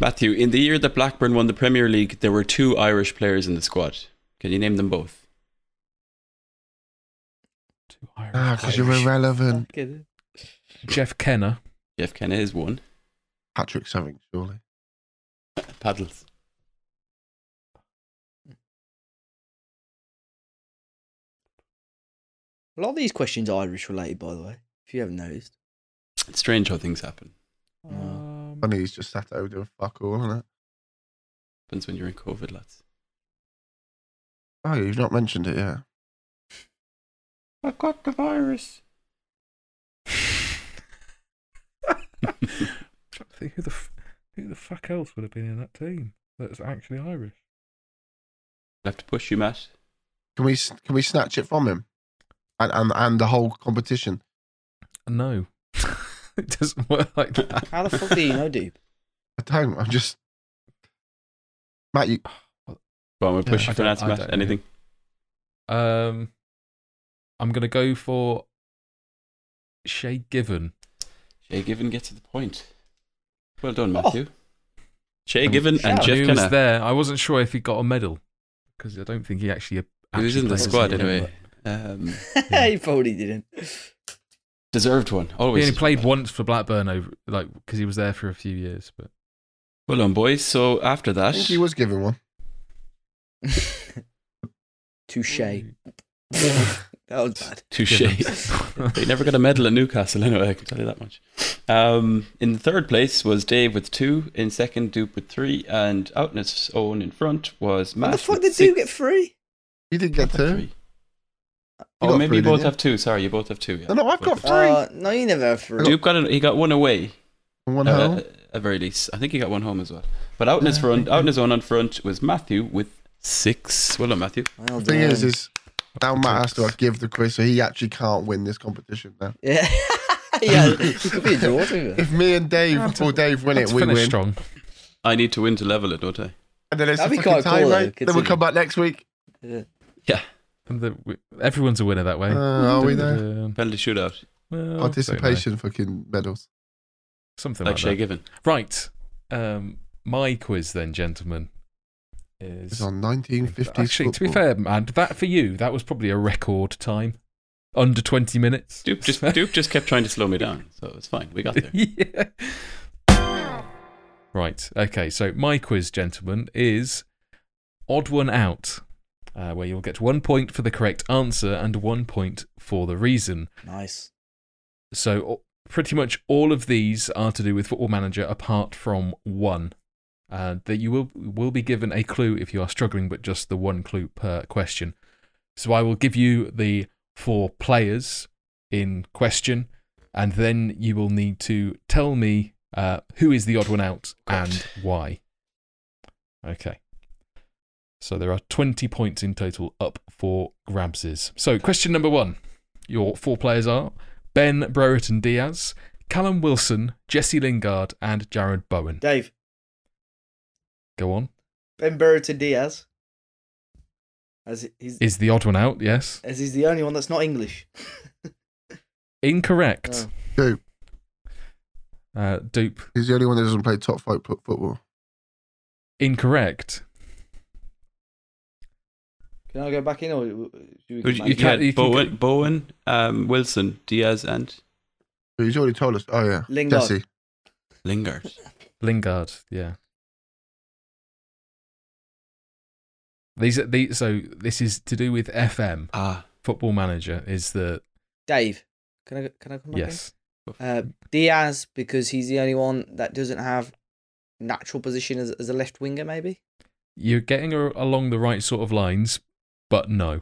Speaker 4: Matthew, in the year that Blackburn won the Premier League, there were two Irish players in the squad. Can you name them both?
Speaker 1: Two Irish
Speaker 3: Ah, because you're
Speaker 1: players.
Speaker 3: irrelevant.
Speaker 2: Fucking-
Speaker 1: Jeff Kenner.
Speaker 4: Jeff Kenna is one.
Speaker 3: Patrick something, surely.
Speaker 4: Paddles.
Speaker 2: a lot of these questions are Irish related, by the way, if you haven't noticed.
Speaker 4: It's strange how things happen.
Speaker 1: Um,
Speaker 3: Funny, he's just sat out doing fuck all, isn't it?
Speaker 4: Happens when you're in COVID, lads.
Speaker 3: Oh, you've not mentioned it yet.
Speaker 4: I got the virus.
Speaker 1: trying to think who the f- who the fuck else would have been in that team that's actually Irish.
Speaker 4: I'll have to push you, Matt.
Speaker 3: Can we s- can we snatch it from him, and and, and the whole competition?
Speaker 1: No, it doesn't work like that.
Speaker 2: How the fuck do you know, dude?
Speaker 3: I don't. I'm just. Matt, you,
Speaker 4: Go on, we'll push
Speaker 1: Yeah, I
Speaker 4: you for
Speaker 1: don't-
Speaker 4: an answer,
Speaker 1: I
Speaker 4: Matt.
Speaker 1: don't know.
Speaker 4: Anything?
Speaker 1: Um, I'm gonna go for Shay Given.
Speaker 4: Shay Given gets to the point. Well done, Matthew. Shay Given and
Speaker 2: shout.
Speaker 4: Jeff
Speaker 1: he was
Speaker 4: Kenna.
Speaker 1: there. I wasn't sure if he got a medal because I don't think he actually.
Speaker 4: He was
Speaker 1: actually
Speaker 4: in the
Speaker 1: played,
Speaker 4: squad
Speaker 1: but
Speaker 4: anyway. Um,
Speaker 1: Yeah.
Speaker 2: he probably didn't.
Speaker 4: deserved one.
Speaker 1: He
Speaker 4: Always.
Speaker 1: only
Speaker 4: deserved
Speaker 1: played
Speaker 4: one.
Speaker 1: once for Blackburn over, like, because he was there for a few years. But
Speaker 4: Well done, boys. So after
Speaker 3: I
Speaker 4: that,
Speaker 3: think he was given one.
Speaker 2: Touche. that was bad.
Speaker 4: touche. They never got a medal at Newcastle, anyway, I can tell you that much. Um, in third place was Dave with two, in second, Dupe with three, and out in his own in front was
Speaker 2: What
Speaker 4: Matt.
Speaker 2: the fuck
Speaker 4: with
Speaker 2: did
Speaker 4: six-
Speaker 2: two get free?
Speaker 3: You did get
Speaker 4: Matt
Speaker 3: two.
Speaker 4: with three.
Speaker 3: You
Speaker 4: Oh,
Speaker 3: got
Speaker 4: maybe
Speaker 3: three,
Speaker 4: you both
Speaker 3: didn't you?
Speaker 4: have two. Sorry, you both have two. Yeah.
Speaker 3: No, no, I've
Speaker 4: Both
Speaker 3: got
Speaker 4: have
Speaker 3: three.
Speaker 2: Uh, no, you never have
Speaker 4: two.
Speaker 2: free.
Speaker 4: Dupe got an, he got one away.
Speaker 3: One
Speaker 4: uh,
Speaker 3: home.
Speaker 4: at- at very least, I think he got one home as well. But out in his
Speaker 3: Uh,
Speaker 4: front,
Speaker 3: I
Speaker 4: out in his own on front was Matthew with six. Well done, Matthew.
Speaker 2: Well
Speaker 3: The thing
Speaker 2: done.
Speaker 3: is, is now Matt has to like, give the quiz, so he actually can't win this competition now.
Speaker 2: Yeah. yeah, it could be a draw to be
Speaker 3: If me and Dave
Speaker 1: Had to-
Speaker 3: or Dave win
Speaker 1: Let's
Speaker 3: it, we
Speaker 1: finish
Speaker 3: win.
Speaker 1: strong.
Speaker 4: I need to win to level it, don't I?
Speaker 3: And then it's
Speaker 2: That'd
Speaker 3: a
Speaker 2: be
Speaker 3: fucking
Speaker 2: quite cool,
Speaker 3: tie,
Speaker 2: though,
Speaker 3: mate. Then we'll
Speaker 2: considering.
Speaker 3: come back next week.
Speaker 2: fair.
Speaker 1: And the, we, everyone's a winner that way. uh,
Speaker 3: Uh, are we there?
Speaker 4: Penalty shootout,
Speaker 1: Well,
Speaker 3: Participation fucking medals.
Speaker 1: Something
Speaker 4: like
Speaker 1: like,
Speaker 4: Shay
Speaker 1: that.
Speaker 4: Given.
Speaker 1: Right. Um, my quiz then, gentlemen, is
Speaker 3: It's on 1950s
Speaker 1: actually to be
Speaker 3: football.
Speaker 1: fair, man, that for you that was probably a record time, under twenty minutes.
Speaker 4: Dupe just Dupe just kept trying to slow me down, so it's fine. We got there.
Speaker 1: yeah. Right. Okay. So my quiz, gentlemen, is odd one out, uh, where you'll get one point for the correct answer and one point for the reason.
Speaker 2: Nice.
Speaker 1: So o- pretty much all of these are to do with Football Manager, apart from one. Uh, that you will will be given a clue if you are struggling, but just the one clue per question. So I will give you the four players in question, and then you will need to tell me uh, who is the odd one out
Speaker 4: Got
Speaker 1: and
Speaker 4: it.
Speaker 1: why. Okay. So there are 20 points in total up for grabses. So question number one. Your four players are Ben Brereton Diaz, Callum Wilson, Jesse Lingard, and Jared Bowen.
Speaker 2: Dave,
Speaker 1: Go on.
Speaker 2: Ben Burrito Diaz. As he's,
Speaker 1: Is the odd one out? Yes.
Speaker 2: as he's the only one that's not English.
Speaker 1: Incorrect.
Speaker 2: Oh.
Speaker 3: Dude,
Speaker 1: Uh, dupe.
Speaker 3: he's the only one that doesn't play top flight fo- football.
Speaker 1: Incorrect.
Speaker 2: Can I go back in or do we go
Speaker 4: Would you,
Speaker 2: back
Speaker 4: you
Speaker 2: in?
Speaker 1: can-
Speaker 4: had
Speaker 1: you can-
Speaker 4: Bowen, Bowen um, Wilson, Diaz, and
Speaker 3: But He's already told us. Oh, yeah.
Speaker 2: Lingard.
Speaker 3: Jesse.
Speaker 4: Lingard.
Speaker 1: Lingard. Yeah. These are the so this is to do with FM.
Speaker 4: Ah,
Speaker 1: Football Manager is the
Speaker 2: Dave, can I go- can I come back in?
Speaker 1: yes.
Speaker 2: Uh, Diaz because he's the only one that doesn't have natural position as, as a left winger. Maybe
Speaker 1: You're getting a- along the right sort of lines, but no.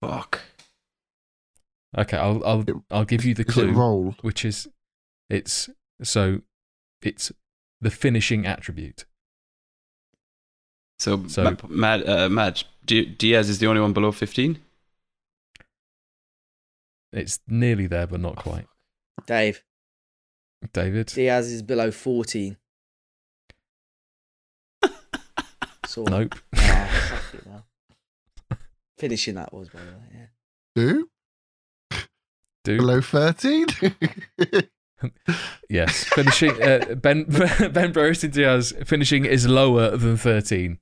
Speaker 4: fuck.
Speaker 1: okay, I'll I'll I'll give you the
Speaker 3: Is
Speaker 1: clue.
Speaker 3: it roll?
Speaker 1: which is it's so it's the finishing attribute.
Speaker 4: So,
Speaker 1: So-
Speaker 4: Ma- Mad, uh, Mad D- Diaz is the only one below 15?
Speaker 1: It's nearly there but not quite.
Speaker 2: Dave
Speaker 1: David,
Speaker 2: Diaz is below fourteen. So
Speaker 1: nope.
Speaker 2: Ah, fuck it, well. Finishing that was by the way. Yeah.
Speaker 3: Two?
Speaker 1: Do
Speaker 3: Below 13?
Speaker 1: yes. Finishing uh, Ben Ben Brereton Diaz finishing is lower than thirteen.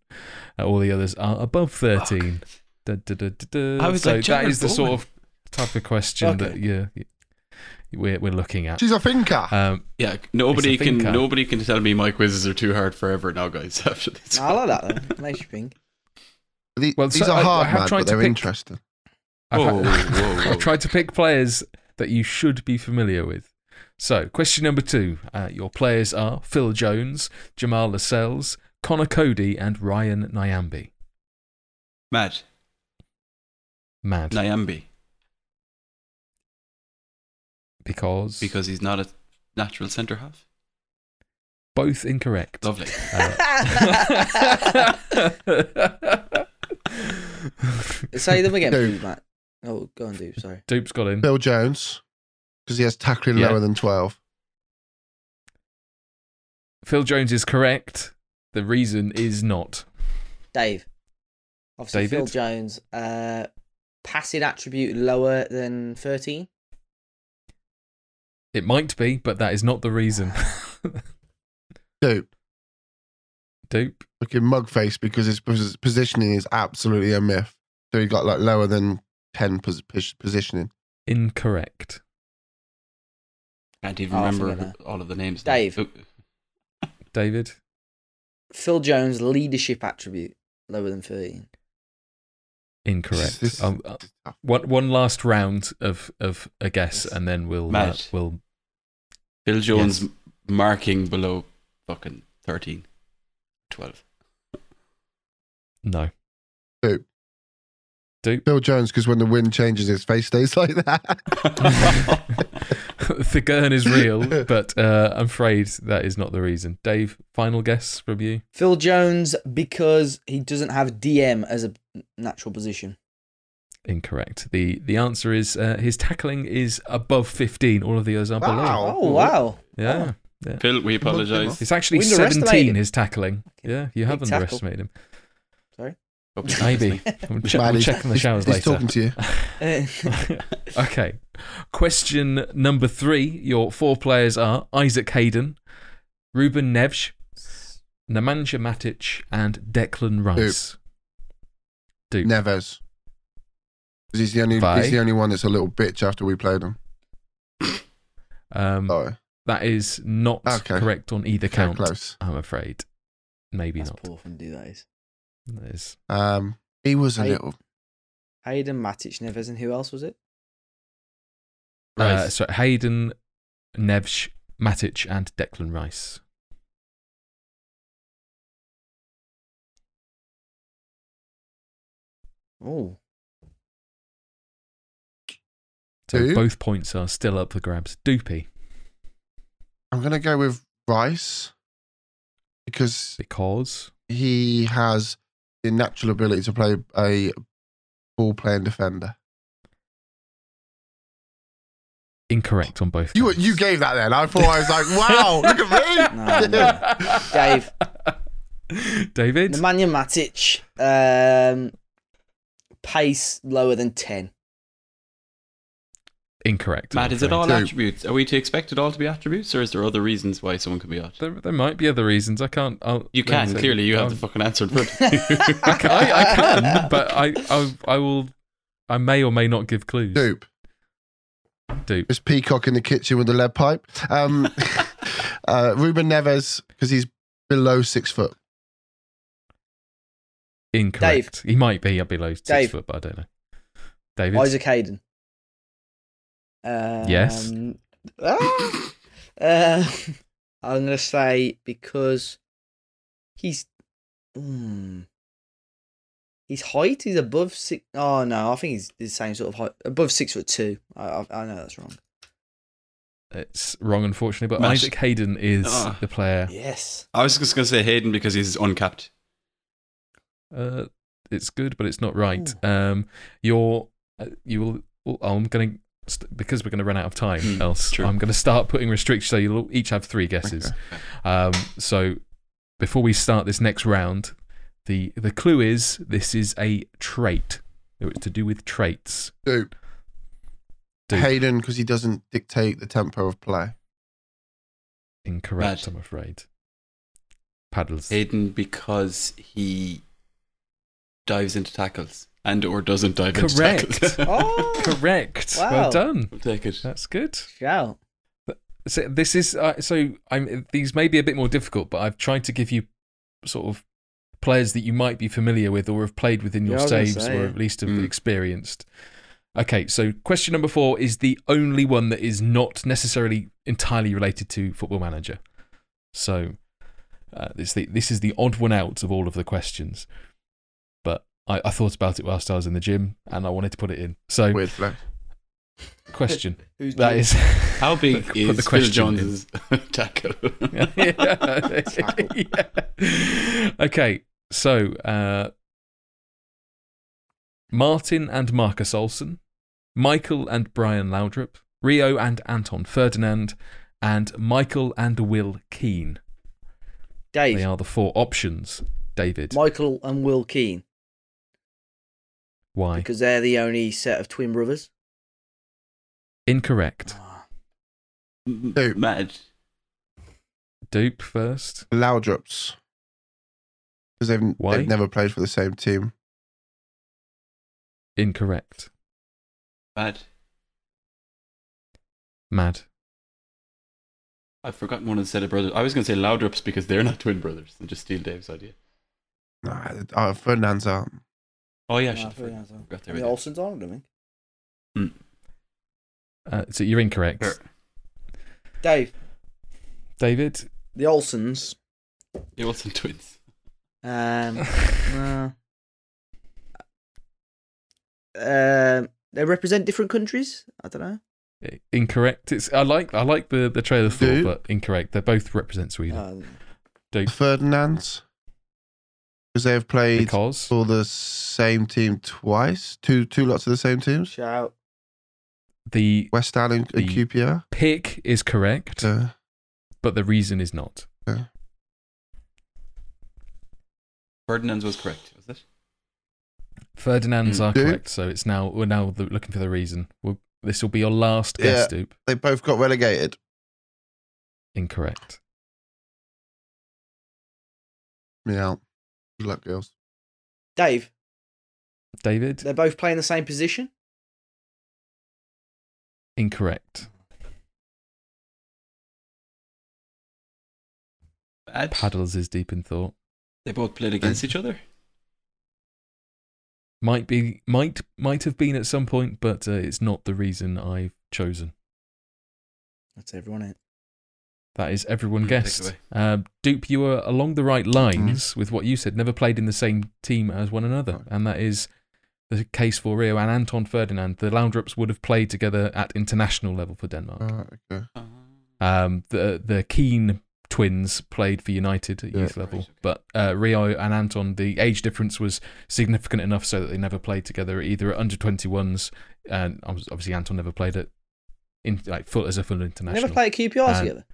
Speaker 1: Uh, all the others are above thirteen. Da, da, da, da, da.
Speaker 4: I was
Speaker 1: Uh, so
Speaker 4: like,
Speaker 1: that
Speaker 4: Jared
Speaker 1: is the sort
Speaker 4: Bowen.
Speaker 1: of type of question that
Speaker 2: Okay.
Speaker 1: you we're we're looking at.
Speaker 3: She's a thinker.
Speaker 1: Um,
Speaker 4: Yeah, nobody
Speaker 1: It's a
Speaker 4: can
Speaker 1: thinker.
Speaker 4: nobody can tell me my quizzes are too hard forever now, guys. After this,
Speaker 2: No, I like that though. Makes you think.
Speaker 3: The-
Speaker 1: well,
Speaker 3: These
Speaker 1: so I-
Speaker 3: are
Speaker 1: I
Speaker 3: hard,
Speaker 1: have
Speaker 3: man,
Speaker 1: tried
Speaker 3: but
Speaker 1: to
Speaker 3: they're
Speaker 1: pick-
Speaker 3: interesting.
Speaker 1: I've, Oh.
Speaker 4: Whoa, whoa, whoa, whoa.
Speaker 1: I've tried to pick players that you should be familiar with. So, question number two. Uh, your players are Phil Jones, Jamal Lascelles, Connor Cody, and Ryan Nyambi.
Speaker 4: Mad.
Speaker 1: Mad.
Speaker 4: Nyambi.
Speaker 1: because,
Speaker 4: Because he's not a natural centre half.
Speaker 1: both incorrect. Uh,
Speaker 4: Lovely.
Speaker 2: Say them again,
Speaker 3: No.
Speaker 2: Matt. Oh, go on, do. Sorry.
Speaker 1: Doop's got in.
Speaker 3: Bill Jones, because he has tackling
Speaker 1: Yeah.
Speaker 3: lower than 12.
Speaker 1: Phil Jones is correct. The reason is not.
Speaker 2: Dave. Obviously, Phil
Speaker 1: David?
Speaker 2: Jones. Uh, passive attribute lower than 13.
Speaker 1: It might be, but that is not the reason.
Speaker 3: Dude,
Speaker 1: Doop.
Speaker 3: looking mug face because his pos- positioning is absolutely a myth. So he got like lower than 10 pos- pos- positioning.
Speaker 1: Incorrect.
Speaker 4: Can't even
Speaker 2: Oh, I
Speaker 4: remember
Speaker 2: forget
Speaker 4: all of the names. now.
Speaker 2: Dave.
Speaker 4: Oh,
Speaker 1: David.
Speaker 2: Phil Jones leadership attribute lower than 13.
Speaker 1: Incorrect.
Speaker 3: This-
Speaker 1: um, uh, one one last round of of a guess, and then we'll uh,
Speaker 4: Matt.
Speaker 1: we'll
Speaker 4: Bill Jones m- marking below fucking 13, 12.
Speaker 1: no.
Speaker 3: Doop.
Speaker 1: Doop.
Speaker 3: Bill Jones, because when the wind changes, his face stays like that.
Speaker 1: the gurn is real, but uh, I'm afraid that is not the reason. Dave, final guess from you.
Speaker 2: Phil Jones because he doesn't have DM as a natural position.
Speaker 1: Incorrect. the The answer is uh, his tackling is above 15. All of the others are below.
Speaker 3: Wow.
Speaker 2: Oh,
Speaker 3: Oh,
Speaker 2: wow.
Speaker 1: Yeah.
Speaker 2: Oh.
Speaker 4: Phil, we apologise.
Speaker 1: It's actually
Speaker 2: We
Speaker 1: 17,
Speaker 2: underestimated.
Speaker 1: his tackling. Yeah, you have
Speaker 2: Big tackle.
Speaker 1: underestimated him.
Speaker 4: Hope he's not
Speaker 1: Maybe. We'll
Speaker 4: listening.
Speaker 1: check,
Speaker 3: Man,
Speaker 1: we'll
Speaker 3: he's-
Speaker 1: check in the showers
Speaker 3: he's
Speaker 1: later.
Speaker 3: talking to you.
Speaker 2: Eh,
Speaker 1: okay. Question number three. Your four players are Isaac Hayden, Ruben Nevsh, Nemanja Matic, and Declan Rice. Dupe.
Speaker 3: Neves. 'Cause He's the, only,
Speaker 1: Bye.
Speaker 3: he's the only one that's a little bitch after we played him.
Speaker 1: Um,
Speaker 3: Sorry.
Speaker 1: that is not
Speaker 3: Okay.
Speaker 1: correct on either
Speaker 3: Very
Speaker 1: count,
Speaker 3: close.
Speaker 1: I'm afraid. Maybe
Speaker 2: that's
Speaker 1: not.
Speaker 2: poor from do that is.
Speaker 1: That is-
Speaker 3: Um, he was a
Speaker 2: Hey.
Speaker 3: little.
Speaker 2: Hayden Matic Neves and who else was it?
Speaker 1: Uh,
Speaker 4: Rice.
Speaker 1: so Hayden, Nevsh, Matic, and Declan Rice.
Speaker 2: Oh,
Speaker 1: So
Speaker 3: Who?
Speaker 1: both points are still up for grabs. Doopy,
Speaker 3: I'm going to go with Rice because
Speaker 1: because
Speaker 3: he has the natural ability to play a ball playing defender.
Speaker 1: incorrect on both.
Speaker 3: You
Speaker 1: counts.
Speaker 3: you gave that then. I thought I was like, wow, look at me.
Speaker 2: No, no. Dave.
Speaker 1: David.
Speaker 2: Nemanja Matic. Um, pace lower than 10.
Speaker 1: Incorrect. I'm
Speaker 4: Matt, is it
Speaker 1: afraid.
Speaker 4: all
Speaker 3: So-
Speaker 4: attributes? Are we to expect it all to be attributes, or is there other reasons why someone can be odd?
Speaker 1: There, there might be other reasons. I can't. I'll,
Speaker 4: You can
Speaker 1: there's a-
Speaker 4: clearly. You have
Speaker 1: I'll-
Speaker 4: the fucking answer in front of
Speaker 1: I can, I, I can but I, I, I will. I may or may not give clues.
Speaker 3: Doop.
Speaker 1: Doop.
Speaker 3: It's Peacock in the kitchen with the lead pipe. Um, uh, Ruben Neves because he's below six foot.
Speaker 1: Incorrect. He might be below six
Speaker 2: Dave.
Speaker 1: foot, but I don't know. David.
Speaker 2: Isaac Hayden. Um,
Speaker 1: Yes.
Speaker 2: ah, uh, I'm going to say because he's. Hmm, his height is above six oh no, I think he's the same sort of height. Above six foot two. I, I, I know that's wrong.
Speaker 1: It's wrong, unfortunately. But
Speaker 4: Matt.
Speaker 1: Isaac Hayden is
Speaker 4: Ah.
Speaker 1: the player.
Speaker 2: Yes.
Speaker 4: I was just going to say Hayden because he's uncapped.
Speaker 1: Uh, it's good, but it's not right.
Speaker 4: Hmm.
Speaker 1: Um, your uh, you will. well, I'm going to st- because we're going to run out of time.
Speaker 4: Hmm,
Speaker 1: else,
Speaker 4: true.
Speaker 1: I'm going to start putting restrictions. So you'll each have three guesses. Um, so before we start this next round, the the clue is this is a trait. It's to do with traits.
Speaker 3: Doop.
Speaker 1: Doop.
Speaker 3: Hayden because he doesn't dictate the tempo of play.
Speaker 1: Incorrect,
Speaker 4: Mad.
Speaker 1: I'm afraid. Paddles.
Speaker 4: Hayden because he dives into tackles and or doesn't dive
Speaker 1: Correct. Oh.
Speaker 4: into tackles.
Speaker 2: Oh.
Speaker 1: Correct.
Speaker 2: Wow.
Speaker 1: Well done.
Speaker 4: I'll take it.
Speaker 1: That's good.
Speaker 2: Shout.
Speaker 1: So this is uh, so I'm these may be a bit more difficult, but I've tried to give you sort of players that you might be familiar with or have played within
Speaker 2: Yeah,
Speaker 1: your
Speaker 2: I was gonna
Speaker 1: saves
Speaker 2: say, Hmm.
Speaker 1: or
Speaker 2: yeah.
Speaker 1: at least have
Speaker 4: Mm.
Speaker 1: experienced. Okay, so question number four is the only one that is not necessarily entirely related to Football Manager. So uh, this the, this is the odd one out of all of the questions. But I, I thought about it whilst I was in the gym, and I wanted to put it in. So
Speaker 3: Weird flex.
Speaker 1: question
Speaker 2: Who's
Speaker 1: that
Speaker 2: doing-
Speaker 1: is
Speaker 4: How big
Speaker 1: Put the
Speaker 4: is Phil
Speaker 1: question
Speaker 4: Jones's tackle?
Speaker 1: Yeah. Yeah. Okay, so uh, Martin and Marcus Olsen, Michael and Brian Laudrup, Rio and Anton Ferdinand, and Michael and Will Keane. They
Speaker 2: Dave,
Speaker 1: are the four options. David,
Speaker 2: Michael, and Will Keane
Speaker 1: why?
Speaker 2: because they're the only set of twin brothers.
Speaker 1: Incorrect.
Speaker 3: Who?
Speaker 4: Mad.
Speaker 1: Dupe first.
Speaker 3: Loudrups. Because they've,
Speaker 1: Why?
Speaker 3: they've never played for the same team.
Speaker 1: Incorrect.
Speaker 4: Mad.
Speaker 1: Mad.
Speaker 4: I've forgotten one of the set of brothers. I was going to say Loudrups because they're not twin brothers and just steal Dave's idea.
Speaker 3: Nah, oh, Fernand's out.
Speaker 4: Oh, yeah, I
Speaker 2: Nah,
Speaker 4: should have
Speaker 2: I think that's all.
Speaker 4: forgot they
Speaker 2: And the
Speaker 4: were there.
Speaker 2: Olsen's on, I think.
Speaker 1: Uh, so you're incorrect.
Speaker 4: Sure.
Speaker 2: Dave,
Speaker 1: David.
Speaker 2: the Olsons.
Speaker 4: The Olsen twins.
Speaker 2: Um, no. Um, they represent different countries. I don't know.
Speaker 1: Incorrect. It's I like I like the the trailer for,
Speaker 3: Dupe.
Speaker 1: but incorrect. They both represent Sweden.
Speaker 2: Uh,
Speaker 1: Dupe.
Speaker 3: Ferdinand's. Because they have played
Speaker 1: Because
Speaker 3: for the same team twice. Two two lots of the same teams.
Speaker 2: shout.
Speaker 1: the
Speaker 3: West uh, Ham and, and
Speaker 1: The-
Speaker 3: QPR.
Speaker 1: pick is correct,
Speaker 3: Uh,
Speaker 1: but the reason is not.
Speaker 4: Ferdinand's was correct, was it?
Speaker 1: Ferdinand's are
Speaker 3: Dupe.
Speaker 1: correct, so it's now we're now the, looking for the reason. We'll, this will be your last guess, Dupe.
Speaker 3: they both got relegated.
Speaker 1: Incorrect.
Speaker 3: Yeah. Good luck, girls.
Speaker 2: Dave,
Speaker 1: David.
Speaker 2: they're both playing the same position.
Speaker 1: Incorrect.
Speaker 4: Mad.
Speaker 1: Paddles is deep in thought.
Speaker 4: They both played against each other.
Speaker 1: Might be might might have been at some point, but uh, it's not the reason I've chosen.
Speaker 2: That's everyone. It.
Speaker 1: That is everyone
Speaker 4: Mm, take
Speaker 1: guessed.
Speaker 4: away.
Speaker 1: Uh, Dupe, you were along the
Speaker 3: Mm-hmm.
Speaker 1: right lines with what you said. Never played in the same team as one another,
Speaker 3: Right.
Speaker 1: and that is the case for Rio and Anton Ferdinand. The Laudrups would have played together at international level for Denmark.
Speaker 3: Uh, okay.
Speaker 4: Uh,
Speaker 1: Um, the the Keane twins played for United at
Speaker 3: Yeah.
Speaker 1: youth level,
Speaker 4: Right, okay.
Speaker 1: but uh, Rio and Anton, the age difference was significant enough so that they never played together either at under twenty ones, and obvi- obviously Anton never played at in like full as a full international.
Speaker 2: Never play at QPR
Speaker 1: Uh,
Speaker 2: together.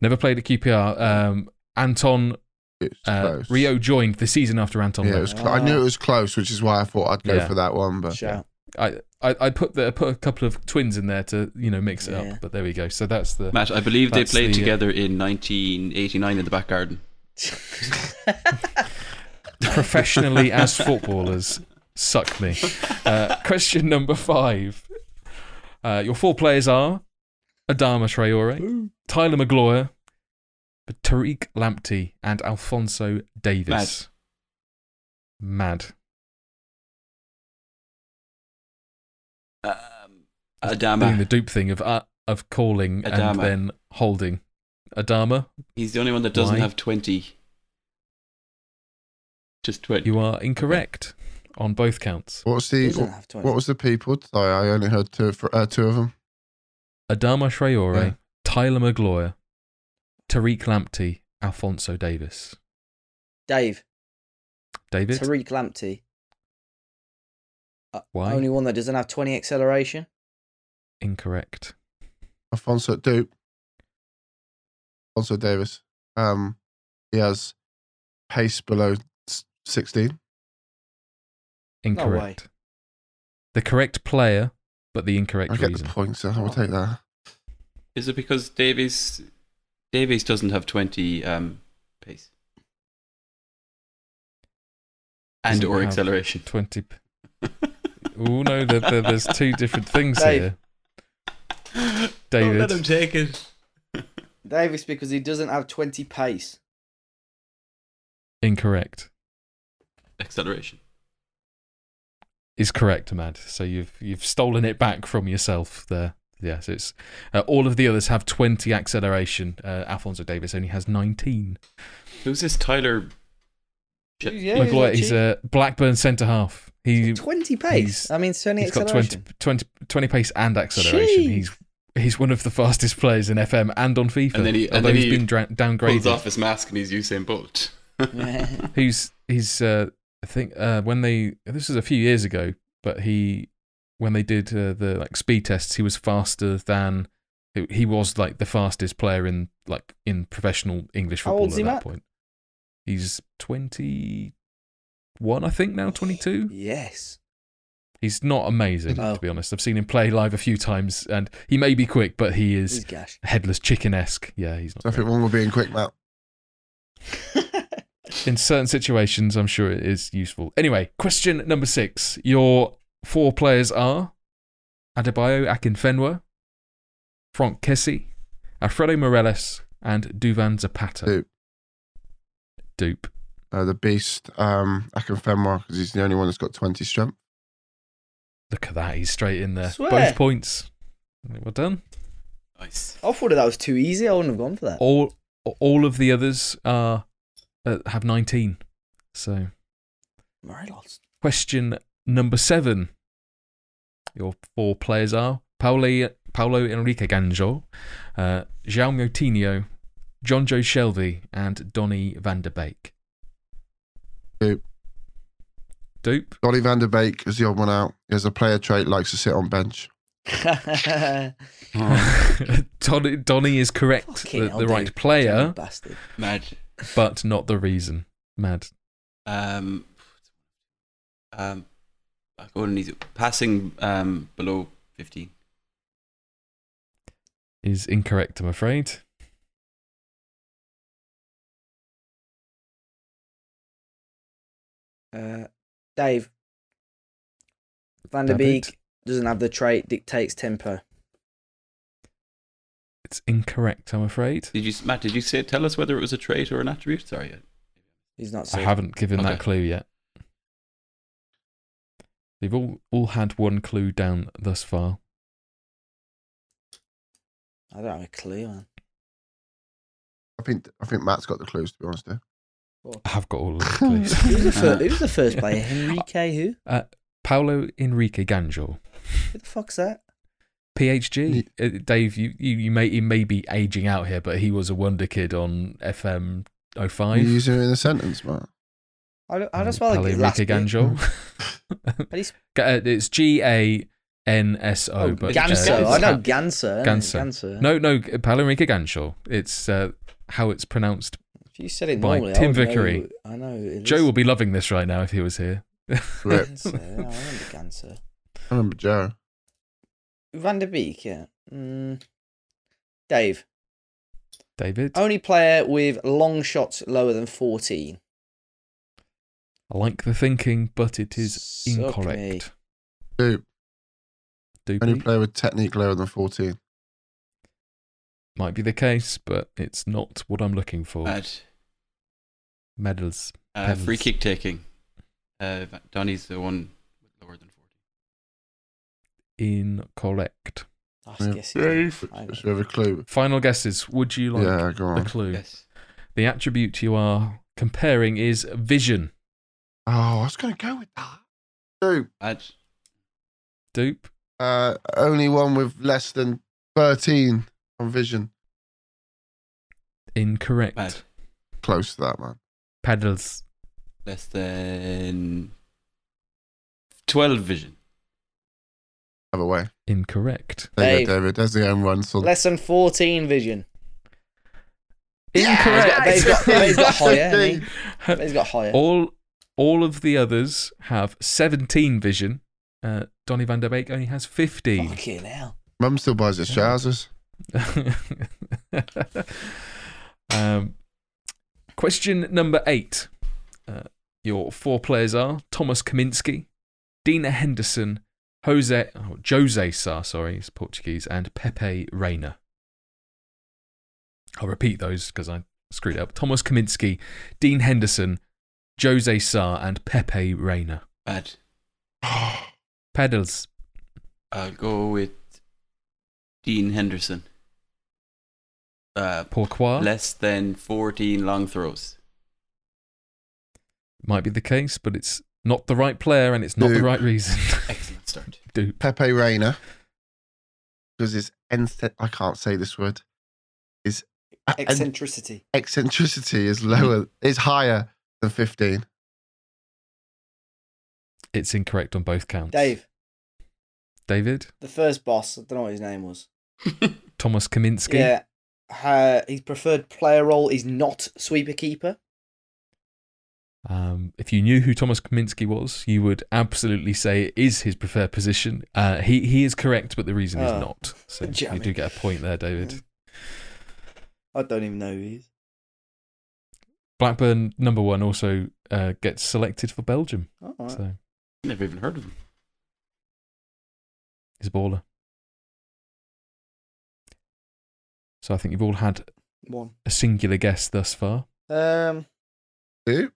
Speaker 1: Never played at QPR. Um, Anton
Speaker 3: It's
Speaker 1: uh,
Speaker 3: close.
Speaker 1: Rio joined the season after Anton.
Speaker 3: Yeah, it
Speaker 1: left.
Speaker 3: was cl- I knew it was close, which is why I thought I'd go
Speaker 1: Yeah.
Speaker 3: for that one. But
Speaker 2: Shout.
Speaker 1: I, I I put the I put a couple of twins in there to you know mix it
Speaker 2: Yeah.
Speaker 1: up, but there we go. So that's the
Speaker 4: Matt, I believe
Speaker 1: That's
Speaker 4: they played
Speaker 1: the, uh,
Speaker 4: together in 1989 in the back garden.
Speaker 1: professionally as footballers suck me. Uh, question number five. Uh, your four players are Adama Traore, Tyler Magloire, Tariq Lamptey, and Alfonso Davis. Mad.
Speaker 4: Um,
Speaker 1: Doing
Speaker 4: Adama.
Speaker 1: the dupe thing of uh, of calling and
Speaker 4: Adama.
Speaker 1: then holding. Adama,
Speaker 4: He's the only one that doesn't
Speaker 1: Why?
Speaker 4: have 20. Just 20.
Speaker 1: you are incorrect on both counts.
Speaker 3: what's
Speaker 2: He
Speaker 3: the
Speaker 2: doesn't have twenty.
Speaker 3: what was the people? Sorry, I only heard two of, uh, two of them.
Speaker 1: Adama Traore,
Speaker 3: Yeah.
Speaker 1: Tyler Magloire, Tariq Lamptey, Alfonso Davis.
Speaker 2: Dave,
Speaker 1: David,
Speaker 2: Tariq Lamptey. Uh,
Speaker 1: Why?
Speaker 2: Only one that doesn't have 20 acceleration.
Speaker 1: incorrect.
Speaker 3: Alfonso Dupe. Alfonso Davis. Um, he has pace below s- sixteen.
Speaker 2: No way.
Speaker 1: Incorrect. The correct player, but the incorrect
Speaker 3: I get the
Speaker 1: reason.
Speaker 3: points. So I will take that.
Speaker 4: Is it because Davies Davies doesn't have 20 um, pace? And
Speaker 1: Doesn't
Speaker 4: or
Speaker 1: have
Speaker 4: acceleration.
Speaker 1: Twenty. p- Oh no, there, there, there's two different things
Speaker 2: Dave.
Speaker 1: here.
Speaker 4: Don't
Speaker 1: David,
Speaker 4: let him take it.
Speaker 2: Davis because he doesn't have 20 pace.
Speaker 1: incorrect.
Speaker 4: Acceleration.
Speaker 1: is correct, Ahmad. So you've you've stolen it back from yourself there. Yes, it's uh, all of the others have 20 acceleration. Uh, Alfonso Davis only has 19.
Speaker 4: Who's this Tyler? Shit.
Speaker 2: Yeah,
Speaker 1: Look,
Speaker 2: he's
Speaker 1: like
Speaker 2: not
Speaker 1: he's
Speaker 2: cheap.
Speaker 1: a uh, Blackburn centre half. He
Speaker 2: 20
Speaker 1: he's-
Speaker 2: pace. I mean, Sony
Speaker 1: he's got
Speaker 2: acceleration.
Speaker 1: 20, 20, 20 pace and acceleration.
Speaker 2: Jeez.
Speaker 1: He's he's one of the fastest players in FM and on FIFA.
Speaker 4: And then he- and
Speaker 1: although
Speaker 4: then
Speaker 1: he's
Speaker 4: he
Speaker 1: been dra-
Speaker 4: Pulls
Speaker 1: downgraded.
Speaker 4: off his mask and he's Usain Bolt.
Speaker 2: Yeah.
Speaker 1: He's he's uh, I think uh, when they this was a few years ago, but he when they did uh, the like speed tests, he was faster than he- he was like the fastest player in like in professional English
Speaker 2: How
Speaker 1: football
Speaker 2: old's
Speaker 1: at
Speaker 2: he,
Speaker 1: that
Speaker 2: Matt?
Speaker 1: point. He's twenty one, I think now twenty two.
Speaker 2: yes.
Speaker 1: He's not amazing
Speaker 2: Oh.
Speaker 1: to be honest. I've seen him play live a few times, and he may be quick, but he
Speaker 2: He's
Speaker 1: is
Speaker 2: gash.
Speaker 1: headless chicken esque. Yeah, he's not.
Speaker 3: Nothing
Speaker 1: great.
Speaker 3: wrong with being quick, Matt.
Speaker 1: in certain situations, I'm sure it is useful. Anyway, question number six. Your four players are Adebayo Akinfenwa, Frank Kessie, Alfredo Morelos, and Duvan Zapata.
Speaker 3: Dupe.
Speaker 1: Dupe.
Speaker 3: Uh, the beast. Um, I can Fenwar because he's the only one that's got 20 strength.
Speaker 1: Look at that. He's straight in there.
Speaker 2: Swear.
Speaker 1: Both points. Well done.
Speaker 4: Nice.
Speaker 2: I thought that was too easy. I wouldn't have gone for that.
Speaker 1: All all of the others are uh, have 19. So,
Speaker 2: Morelos.
Speaker 1: question number seven. Your four players are Pauli, Paulo Enrique Ganjo, uh, João Moutinho, John Joe Shelby, and Donny van der Beek.
Speaker 3: Dupe.
Speaker 1: Dupe.
Speaker 3: Dolly van der Beek is the odd one out. He has a player trait, likes to sit on bench.
Speaker 1: Donny, Donny is correct,
Speaker 2: Fucking
Speaker 1: the,
Speaker 2: hell,
Speaker 1: the right
Speaker 2: dude.
Speaker 1: player,
Speaker 2: Bastard.
Speaker 4: Mad.
Speaker 1: but not the reason. Mad.
Speaker 4: Um, um, I go and he's passing um below fifteen.
Speaker 1: is incorrect, I'm afraid.
Speaker 2: Uh, Dave. Van der
Speaker 1: David.
Speaker 2: Beek doesn't have the trait, dictates tempo.
Speaker 1: It's incorrect, I'm afraid.
Speaker 4: Did you Matt? Did you say tell us whether it was a trait or an attribute? Sorry.
Speaker 2: He's not
Speaker 1: I
Speaker 2: safe.
Speaker 1: haven't given that
Speaker 4: Okay.
Speaker 1: clue yet. They've all, all had one clue down thus far.
Speaker 2: I don't have a clue, man.
Speaker 3: I think I think Matt's got the clues, to be honest. eh? Here.
Speaker 1: I have got all of the clues.
Speaker 2: Who was the, fir-
Speaker 4: Uh,
Speaker 2: who was the first player? Henrique, who?
Speaker 1: Paulo Enrique Ganjol,
Speaker 2: Who the fuck's that?
Speaker 1: PhD. Uh, Dave, you, you, you may you may be aging out here, but he was a wonder kid on oh FM 05.
Speaker 3: You're using it in a sentence, Matt.
Speaker 2: I don't, I
Speaker 1: Uh,
Speaker 2: don't spell
Speaker 1: Paulo
Speaker 2: like last
Speaker 1: Enrique
Speaker 2: bit.
Speaker 1: Ganjol.
Speaker 2: How do you sp-
Speaker 1: Uh, it's G A N S O.
Speaker 2: Oh,
Speaker 1: but
Speaker 2: Ganso.
Speaker 1: uh,
Speaker 2: I know Ganso.
Speaker 1: Ganso.
Speaker 2: Ganso.
Speaker 1: No, no, Paulo Enrique Ganjol. It's uh, how it's pronounced.
Speaker 2: If you said it
Speaker 1: By
Speaker 2: normally,
Speaker 1: Tim
Speaker 2: I would
Speaker 1: Vickery.
Speaker 2: Know, I know. who It
Speaker 1: Joe
Speaker 2: is.
Speaker 1: will be loving this right now if he was here.
Speaker 3: Rip.
Speaker 2: Ganso. I remember Ganso.
Speaker 3: I remember Joe.
Speaker 2: Van der Beek, yeah. Mm. Dave.
Speaker 1: David,
Speaker 2: Only player with long shots lower than 14.
Speaker 1: I like the thinking, but it is
Speaker 2: Suck me.
Speaker 1: incorrect.
Speaker 3: Dude, only
Speaker 1: Doopy
Speaker 3: player with technique lower than 14.
Speaker 1: might be the case, but it's not what I'm looking for.
Speaker 4: Mad.
Speaker 1: Medals.
Speaker 4: Uh, free
Speaker 1: Pens.
Speaker 4: kick taking. Uh, Donny's the one lower than forty.
Speaker 1: Incorrect.
Speaker 2: I
Speaker 3: Yeah.
Speaker 2: guess it's- I
Speaker 3: Just
Speaker 2: don't-
Speaker 3: have a clue.
Speaker 1: Final guesses. Would you like
Speaker 3: yeah, go
Speaker 1: the
Speaker 3: on.
Speaker 1: clue?
Speaker 4: Yes.
Speaker 1: The attribute you are comparing is vision.
Speaker 3: Oh, I was going to go with that. Dude,
Speaker 4: Mad.
Speaker 1: Doop.
Speaker 3: uh, only one with less than 13 on vision.
Speaker 1: Incorrect.
Speaker 4: Mad.
Speaker 3: Close to that, man.
Speaker 1: Pedals.
Speaker 4: Less than twelve vision.
Speaker 3: Other way.
Speaker 1: Incorrect.
Speaker 3: There you
Speaker 2: Dave.
Speaker 3: go, David. There's the home run. So
Speaker 2: Less than 14 vision.
Speaker 1: Incorrect.
Speaker 2: Dave's got, Dave's got higher. hasn't he? Dave's got higher.
Speaker 1: all all of the others have 17 vision. Uh, Donny van der Beek only has 15.
Speaker 2: Fucking hell.
Speaker 3: Mum still buys his trousers.
Speaker 1: um, question number eight. Uh, your four players are Thomas Kaminski, Dina Henderson, Jose oh, Jose Sar, sorry, it's Portuguese, and Pepe Reina. I'll repeat those because I screwed up. Thomas Kaminski, Dean Henderson, Jose Sar, and Pepe Reina.
Speaker 4: Mad.
Speaker 3: I
Speaker 1: Pedals.
Speaker 4: I'll go with Dean Henderson. Uh,
Speaker 1: Pourquoi?
Speaker 4: less than 14 long throws.
Speaker 1: Might be the case, but it's not the right player and it's not the
Speaker 3: Nope.
Speaker 1: right reason.
Speaker 4: Excellent start.
Speaker 1: Dupe.
Speaker 3: Pepe Reina because his enth- I can't say this word. His a- en-
Speaker 2: Eccentricity.
Speaker 3: eccentricity is lower is higher than 15.
Speaker 1: It's incorrect on both counts.
Speaker 2: Dave,
Speaker 1: David?
Speaker 2: the first boss, I don't know what his name was.
Speaker 1: Thomas Kaminsky?
Speaker 2: Yeah. Her, his preferred player role is not sweeper keeper.
Speaker 1: Um, if you knew who Thomas Kaminsky was, you would absolutely say it is his preferred position. Uh, he he is correct, but the reason is
Speaker 2: Oh.
Speaker 1: not. So
Speaker 2: Do you know what I
Speaker 1: you do
Speaker 2: mean?
Speaker 1: get a point there, David.
Speaker 2: I don't even know who he is.
Speaker 1: Blackburn number one also uh, gets selected for Belgium,
Speaker 2: Oh, all right.
Speaker 1: so
Speaker 4: Never even heard of him.
Speaker 1: he's a baller. So I think you've all had
Speaker 2: One.
Speaker 1: a singular guess thus far.
Speaker 2: Um,
Speaker 3: Oop.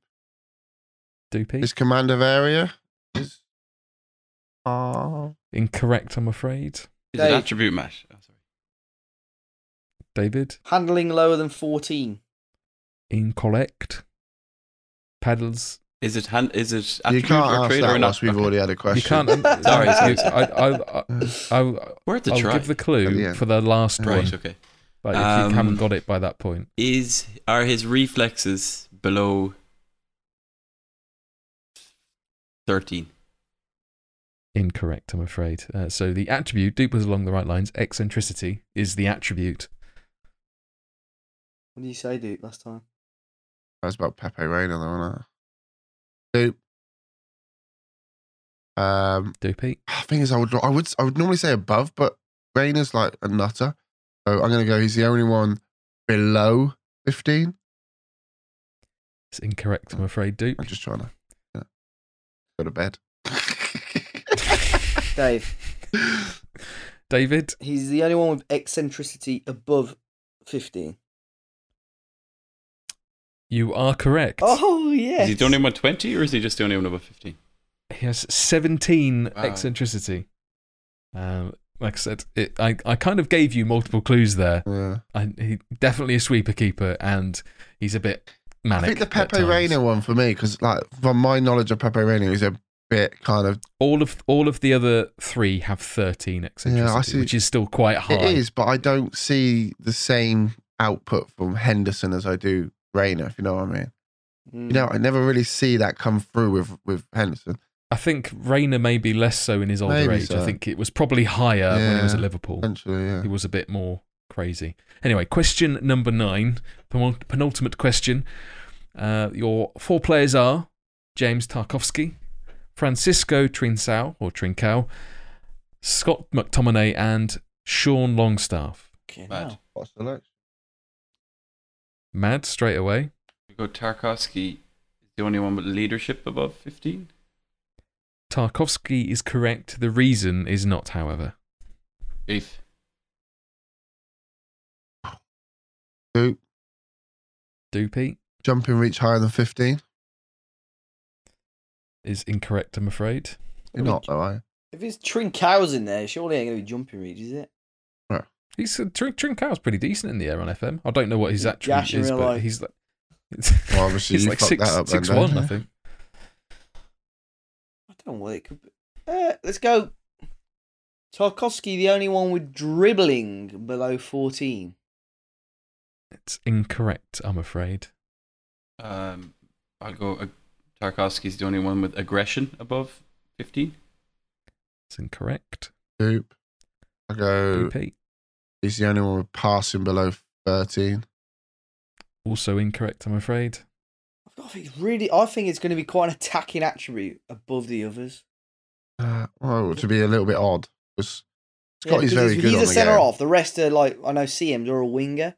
Speaker 1: Doopy,
Speaker 3: His command of area is
Speaker 1: Ah.
Speaker 3: uh,
Speaker 1: incorrect, I'm afraid.
Speaker 4: Is
Speaker 2: Dave.
Speaker 4: an attribute match. Oh, sorry.
Speaker 1: David,
Speaker 2: handling lower than 14.
Speaker 1: incorrect. Paddles.
Speaker 4: Is it hand, is it
Speaker 3: you
Speaker 4: attribute
Speaker 3: can't
Speaker 4: or
Speaker 3: ask
Speaker 4: trade or
Speaker 3: that
Speaker 4: not?
Speaker 3: once we've
Speaker 4: Okay.
Speaker 3: already had a question.
Speaker 1: You can't.
Speaker 4: Sorry, sorry,
Speaker 1: you- I, I, I, I,
Speaker 4: We're at the
Speaker 1: I'll
Speaker 4: try.
Speaker 1: give the clue
Speaker 3: At the end.
Speaker 1: for the last
Speaker 3: Right.
Speaker 1: one,
Speaker 4: right, okay.
Speaker 1: but if you haven't
Speaker 4: Um,
Speaker 1: got it by that point,
Speaker 4: Is are his reflexes below thirteen?
Speaker 1: incorrect, I'm afraid. Uh, so the attribute, Dupe was along the right lines. Eccentricity is the attribute.
Speaker 2: What did you say, Duke, last time?
Speaker 3: That was about Pepe Reina, though, wasn't it? Oop. Um,
Speaker 1: Dupey,
Speaker 3: thing is, I would I would I would normally say above, but Rayner's like a nutter, so I'm gonna go. He's the only one below 15.
Speaker 1: it's incorrect, I'm afraid. Dupe,
Speaker 3: I'm just trying to yeah. go to bed.
Speaker 2: Dave,
Speaker 1: David,
Speaker 2: he's the only one with eccentricity above 15.
Speaker 1: you are correct.
Speaker 2: Oh, yeah.
Speaker 4: Is he the only one twenty, or is he just the only one above fifteen?
Speaker 1: He has 17
Speaker 4: Wow.
Speaker 1: eccentricity. Um, like I said, it, I, I kind of gave you multiple clues there.
Speaker 3: yeah.
Speaker 1: I, he definitely a sweeper keeper, and he's a bit manic.
Speaker 3: I think the
Speaker 1: at
Speaker 3: Pepe
Speaker 1: times.
Speaker 3: Reina one for me, because like from my knowledge of Pepe Reina, he's a bit kind of
Speaker 1: All of all of the other three have 13 eccentricity,
Speaker 3: see.
Speaker 1: which is still quite high.
Speaker 3: it is, but I don't see the same output from Henderson as I do Reina. If you know what I mean.
Speaker 2: Mm.
Speaker 1: Mm.
Speaker 3: You know, I never really see that come through with with Henderson.
Speaker 1: I think Rayner may be less so in his older
Speaker 3: Maybe
Speaker 1: age. I
Speaker 3: so.
Speaker 1: think it was probably higher when he was
Speaker 3: Yeah.
Speaker 1: at Liverpool.
Speaker 3: Potentially, yeah.
Speaker 1: He was a bit more crazy. Anyway, question number nine, penul- penultimate question. Uh, your four players are James Tarkovsky, Francisco Trincao or Trincao, Scott McTominay, and Sean Longstaff.
Speaker 2: Fucking
Speaker 4: Bad.
Speaker 2: hell.
Speaker 3: What's the next?
Speaker 1: Mad straight away.
Speaker 4: We go Tarkovsky. Is the only one with leadership above fifteen?
Speaker 1: Tarkovsky is correct. The reason is not, however.
Speaker 4: Eighth.
Speaker 3: Dupe.
Speaker 1: Doopy
Speaker 3: Jumping reach higher than 15?
Speaker 1: is incorrect, I'm afraid.
Speaker 3: You're not, though, are you?
Speaker 2: If it's Trincow's in there, surely ain't going to be jumping reach, is it?
Speaker 1: He's Trink Trinkow's pretty decent in the air on FM. I don't know what his
Speaker 2: Yeah,
Speaker 1: actual
Speaker 2: Yash in
Speaker 1: is,
Speaker 2: real
Speaker 1: but
Speaker 2: life.
Speaker 1: he's like
Speaker 3: Well, obviously
Speaker 1: he's
Speaker 3: you
Speaker 1: like
Speaker 3: fucked
Speaker 1: six,
Speaker 3: that up then,
Speaker 1: six one,
Speaker 3: don't
Speaker 1: I
Speaker 3: you?
Speaker 1: think.
Speaker 2: I don't know what it could be. Uh, let's go. Tarkovsky, the only one with dribbling below 14.
Speaker 1: It's incorrect, I'm afraid.
Speaker 4: Um, I'll go. Uh, Tarkovsky's the only one with aggression above fifteen.
Speaker 1: It's incorrect.
Speaker 3: Dupe. I go,
Speaker 1: Doopy
Speaker 3: he's the only one with passing below 13.
Speaker 1: also incorrect, I'm afraid.
Speaker 2: I think it's really. I think it's going to be quite an attacking attribute above the others.
Speaker 3: Uh, well, to be a little bit odd. 'cause Scotty's
Speaker 2: because
Speaker 3: very
Speaker 2: he's,
Speaker 3: good
Speaker 2: he's
Speaker 3: on
Speaker 2: a
Speaker 3: the
Speaker 2: centre
Speaker 3: game.
Speaker 2: off. The rest are like I know CMs are a winger.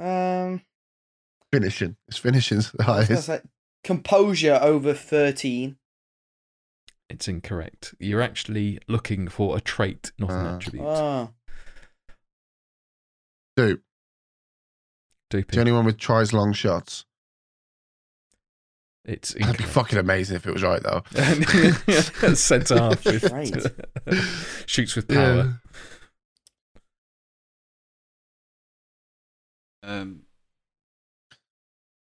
Speaker 2: Um,
Speaker 3: Finishing. His finishing's the
Speaker 2: I was gonna
Speaker 3: highest.
Speaker 2: say, composure over thirteen.
Speaker 1: It's incorrect. You're actually looking for a trait, not an
Speaker 3: Ah.
Speaker 1: attribute.
Speaker 2: Oh,
Speaker 3: Dupe.
Speaker 1: Doopy
Speaker 3: He's the only one with tries long shots.
Speaker 1: It's
Speaker 3: That'd be fucking amazing if it was right, though.
Speaker 1: incredible. centre half
Speaker 2: Right.
Speaker 1: with shoots with power.
Speaker 4: Um,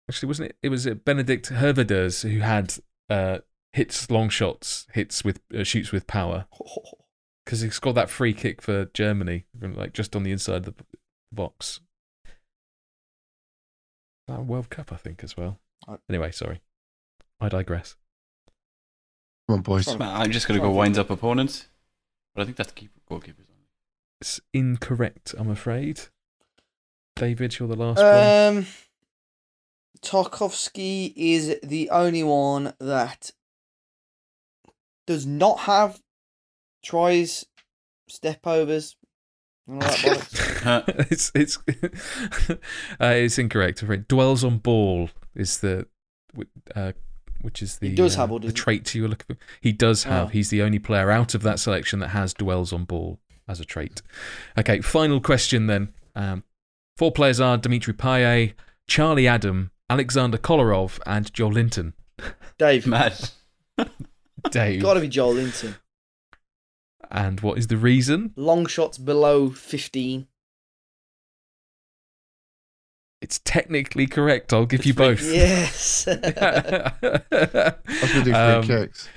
Speaker 1: Actually, wasn't it? It was uh, Benedict Herveders who had uh, hits, long shots, hits with uh, shoots with power because he scored that free kick for Germany, from, like just on the inside of the box. That World Cup, I think, as well.
Speaker 2: I-
Speaker 1: Anyway, sorry, I digress.
Speaker 3: Come on, boys.
Speaker 2: Sorry.
Speaker 4: I'm just gonna go winds up opponents, but I think that's keep goalkeepers.
Speaker 1: It's incorrect, I'm afraid. David, you're the last one.
Speaker 2: Um, Tarkovsky is the only one that does not have tries, step overs, and all that bollocks.
Speaker 4: Huh.
Speaker 1: it's it's uh, it's incorrect. I'm afraid. Dwells on ball is the whi- uh, which is the
Speaker 2: He does
Speaker 1: uh,
Speaker 2: have, or
Speaker 1: the
Speaker 2: doesn't he?
Speaker 1: trait you were looking for. He does have.
Speaker 2: Oh.
Speaker 1: He's the only player out of that selection that has dwells on ball as a trait. Okay, final question then. Um, four players are Dimitri Payet, Charlie Adam, Alexander Kolarov, and Joel Linton.
Speaker 2: Dave,
Speaker 4: Mad.
Speaker 1: Dave,
Speaker 2: gotta be Joel Linton.
Speaker 1: and what is the reason?
Speaker 2: Long shots below fifteen.
Speaker 1: It's technically correct. I'll give you
Speaker 4: It's like-
Speaker 1: both.
Speaker 2: Yes.
Speaker 3: That's what we do free
Speaker 1: Um,
Speaker 3: kicks.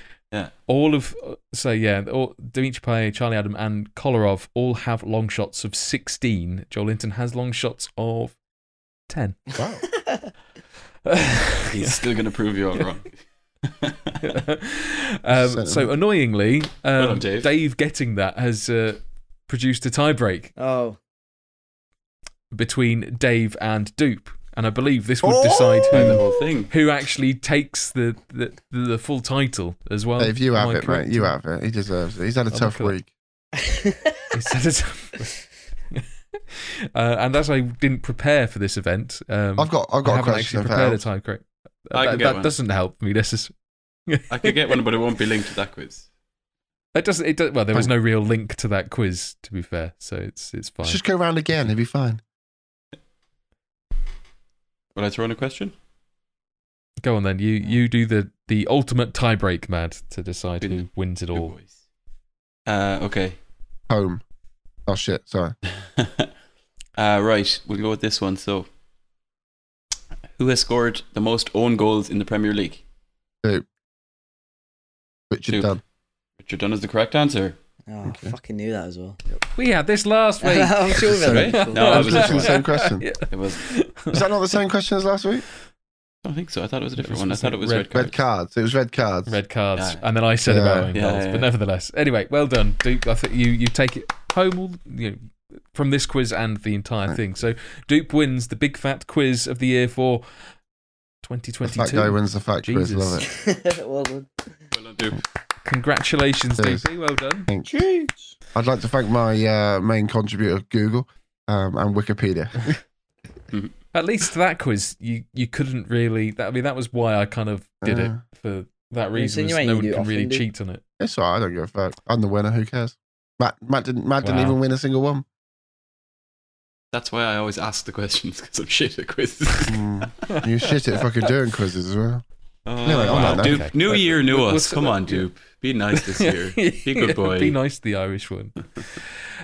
Speaker 1: all of uh, so yeah, all, Dimitri Payet, Charlie Adam, and Kolarov all have long shots of sixteen. Joel Linton has long shots of ten.
Speaker 3: Wow.
Speaker 4: He's still gonna prove you all wrong.
Speaker 1: um, so
Speaker 3: Sentiment.
Speaker 1: annoyingly, um,
Speaker 4: done, Dave.
Speaker 1: getting that has uh, produced a tiebreak
Speaker 2: oh,
Speaker 1: between Dave and Dupe, and I believe this would decide
Speaker 4: Like the
Speaker 1: who
Speaker 3: Oh!
Speaker 4: whole thing.
Speaker 1: who actually takes the the, the full title as well.
Speaker 3: Dave, you
Speaker 1: Am
Speaker 3: have
Speaker 1: I
Speaker 3: it,
Speaker 1: correct?
Speaker 3: mate. You have it. He deserves it. He's had a
Speaker 1: I'll
Speaker 3: tough
Speaker 1: look it up.
Speaker 3: week.
Speaker 1: Instead of time. uh, and as I didn't prepare for this event, um,
Speaker 3: I've got. I've got
Speaker 1: I
Speaker 3: a
Speaker 1: haven't
Speaker 3: question.
Speaker 1: actually
Speaker 3: if
Speaker 1: prepared a
Speaker 3: that
Speaker 1: time correct.
Speaker 4: I can
Speaker 1: that
Speaker 4: get
Speaker 1: that
Speaker 4: one.
Speaker 1: doesn't help me necessarily.
Speaker 4: I could get one, but it won't be linked to that quiz.
Speaker 1: It doesn't. It does, well, there was no real link to that quiz, to be fair. So it's it's fine.
Speaker 3: helps. Just go round again. It'll be fine.
Speaker 4: Will I throw in a question?
Speaker 1: Go on then. You you do the the ultimate tiebreak, mad, to decide who
Speaker 4: Good-
Speaker 1: wins it
Speaker 4: Good
Speaker 1: all.
Speaker 4: boys. Uh, okay.
Speaker 3: Home. Oh shit. Sorry.
Speaker 4: uh, right, we'll go with this one. So, who has scored the most own goals in the Premier League?
Speaker 3: Richard
Speaker 4: Dupe.
Speaker 3: Dunn.
Speaker 4: Richard Dunn is the correct answer.
Speaker 2: oh I fucking knew that as well.
Speaker 1: We had this last week.
Speaker 2: I'm sure we've had
Speaker 4: Sorry?
Speaker 2: that before.
Speaker 4: No,
Speaker 3: I
Speaker 4: I
Speaker 3: was
Speaker 4: was
Speaker 3: asking the same question.
Speaker 1: Yeah.
Speaker 4: It was. I
Speaker 3: Is that not the same question as last week?
Speaker 4: don't think so. I thought it was a different
Speaker 1: was-
Speaker 4: one. I
Speaker 1: was
Speaker 4: thought
Speaker 1: it
Speaker 4: it was
Speaker 1: red-
Speaker 4: red, card.
Speaker 3: Red cards. It was red cards.
Speaker 1: Red cards,
Speaker 4: Yeah.
Speaker 1: and then I said
Speaker 3: Yeah.
Speaker 1: about own
Speaker 4: Yeah,
Speaker 1: goals,
Speaker 4: yeah,
Speaker 1: but
Speaker 4: yeah.
Speaker 1: nevertheless. Anyway, well done, Dupe. I think you you take it home all, you know, from this quiz and the entire
Speaker 3: Right.
Speaker 1: thing. So Dupe wins the big fat quiz of the year for
Speaker 3: The fat guy
Speaker 1: 2022.
Speaker 3: wins the fat quiz.
Speaker 1: Jesus.
Speaker 3: Love it.
Speaker 2: well done.
Speaker 4: Well done, Duke.
Speaker 1: Congratulations,
Speaker 3: Cheers.
Speaker 1: Dupe. Well done.
Speaker 3: Thanks.
Speaker 2: Jeez.
Speaker 3: I'd like to thank my uh, main contributor, Google, um, and Wikipedia.
Speaker 1: At least that quiz you you couldn't really. That, I mean, that was why I kind of did it
Speaker 3: Uh.
Speaker 1: for that reason. was
Speaker 2: insinuating
Speaker 1: No
Speaker 2: you
Speaker 1: one
Speaker 2: do it
Speaker 1: can really
Speaker 2: often, Dupe.
Speaker 1: cheat on it.
Speaker 3: It's all right. I don't give a fuck. I'm the winner. Who cares? Matt, Matt didn't. Matt didn't
Speaker 1: Wow.
Speaker 3: even win a single one.
Speaker 4: That's why I always ask the questions because I'm shit at quizzes.
Speaker 3: Mm. You shit at fucking doing quizzes as well. Anyway,
Speaker 4: Oh,
Speaker 3: on that note-
Speaker 4: Dupe,
Speaker 1: Okay.
Speaker 4: New
Speaker 1: Let's-
Speaker 4: year, new
Speaker 1: let's-
Speaker 4: us. Come on,
Speaker 1: yeah.
Speaker 4: Dupe. Be nice this year. Be
Speaker 1: Yeah,
Speaker 4: good boy.
Speaker 1: Be nice to the Irish one.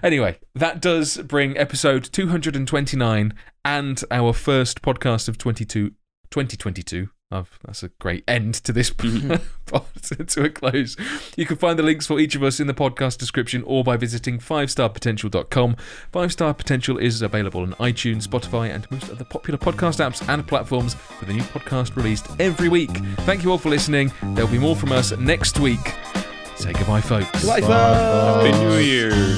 Speaker 1: anyway, that does bring episode 229 and our first podcast of 22, 2022. I've, that's a great end to this
Speaker 4: Mhm.
Speaker 1: pod- to a close. You can find the links for each of us in the podcast description or by visiting 5starpotential.com. 5 Star Potential is available on iTunes, Spotify, and most other popular podcast apps and platforms with a new podcast released every week. Thank you all for listening. There'll be more from us next week. Say goodbye, folks.
Speaker 2: Goodbye,
Speaker 3: Bye.
Speaker 2: folks.
Speaker 4: Happy New Year.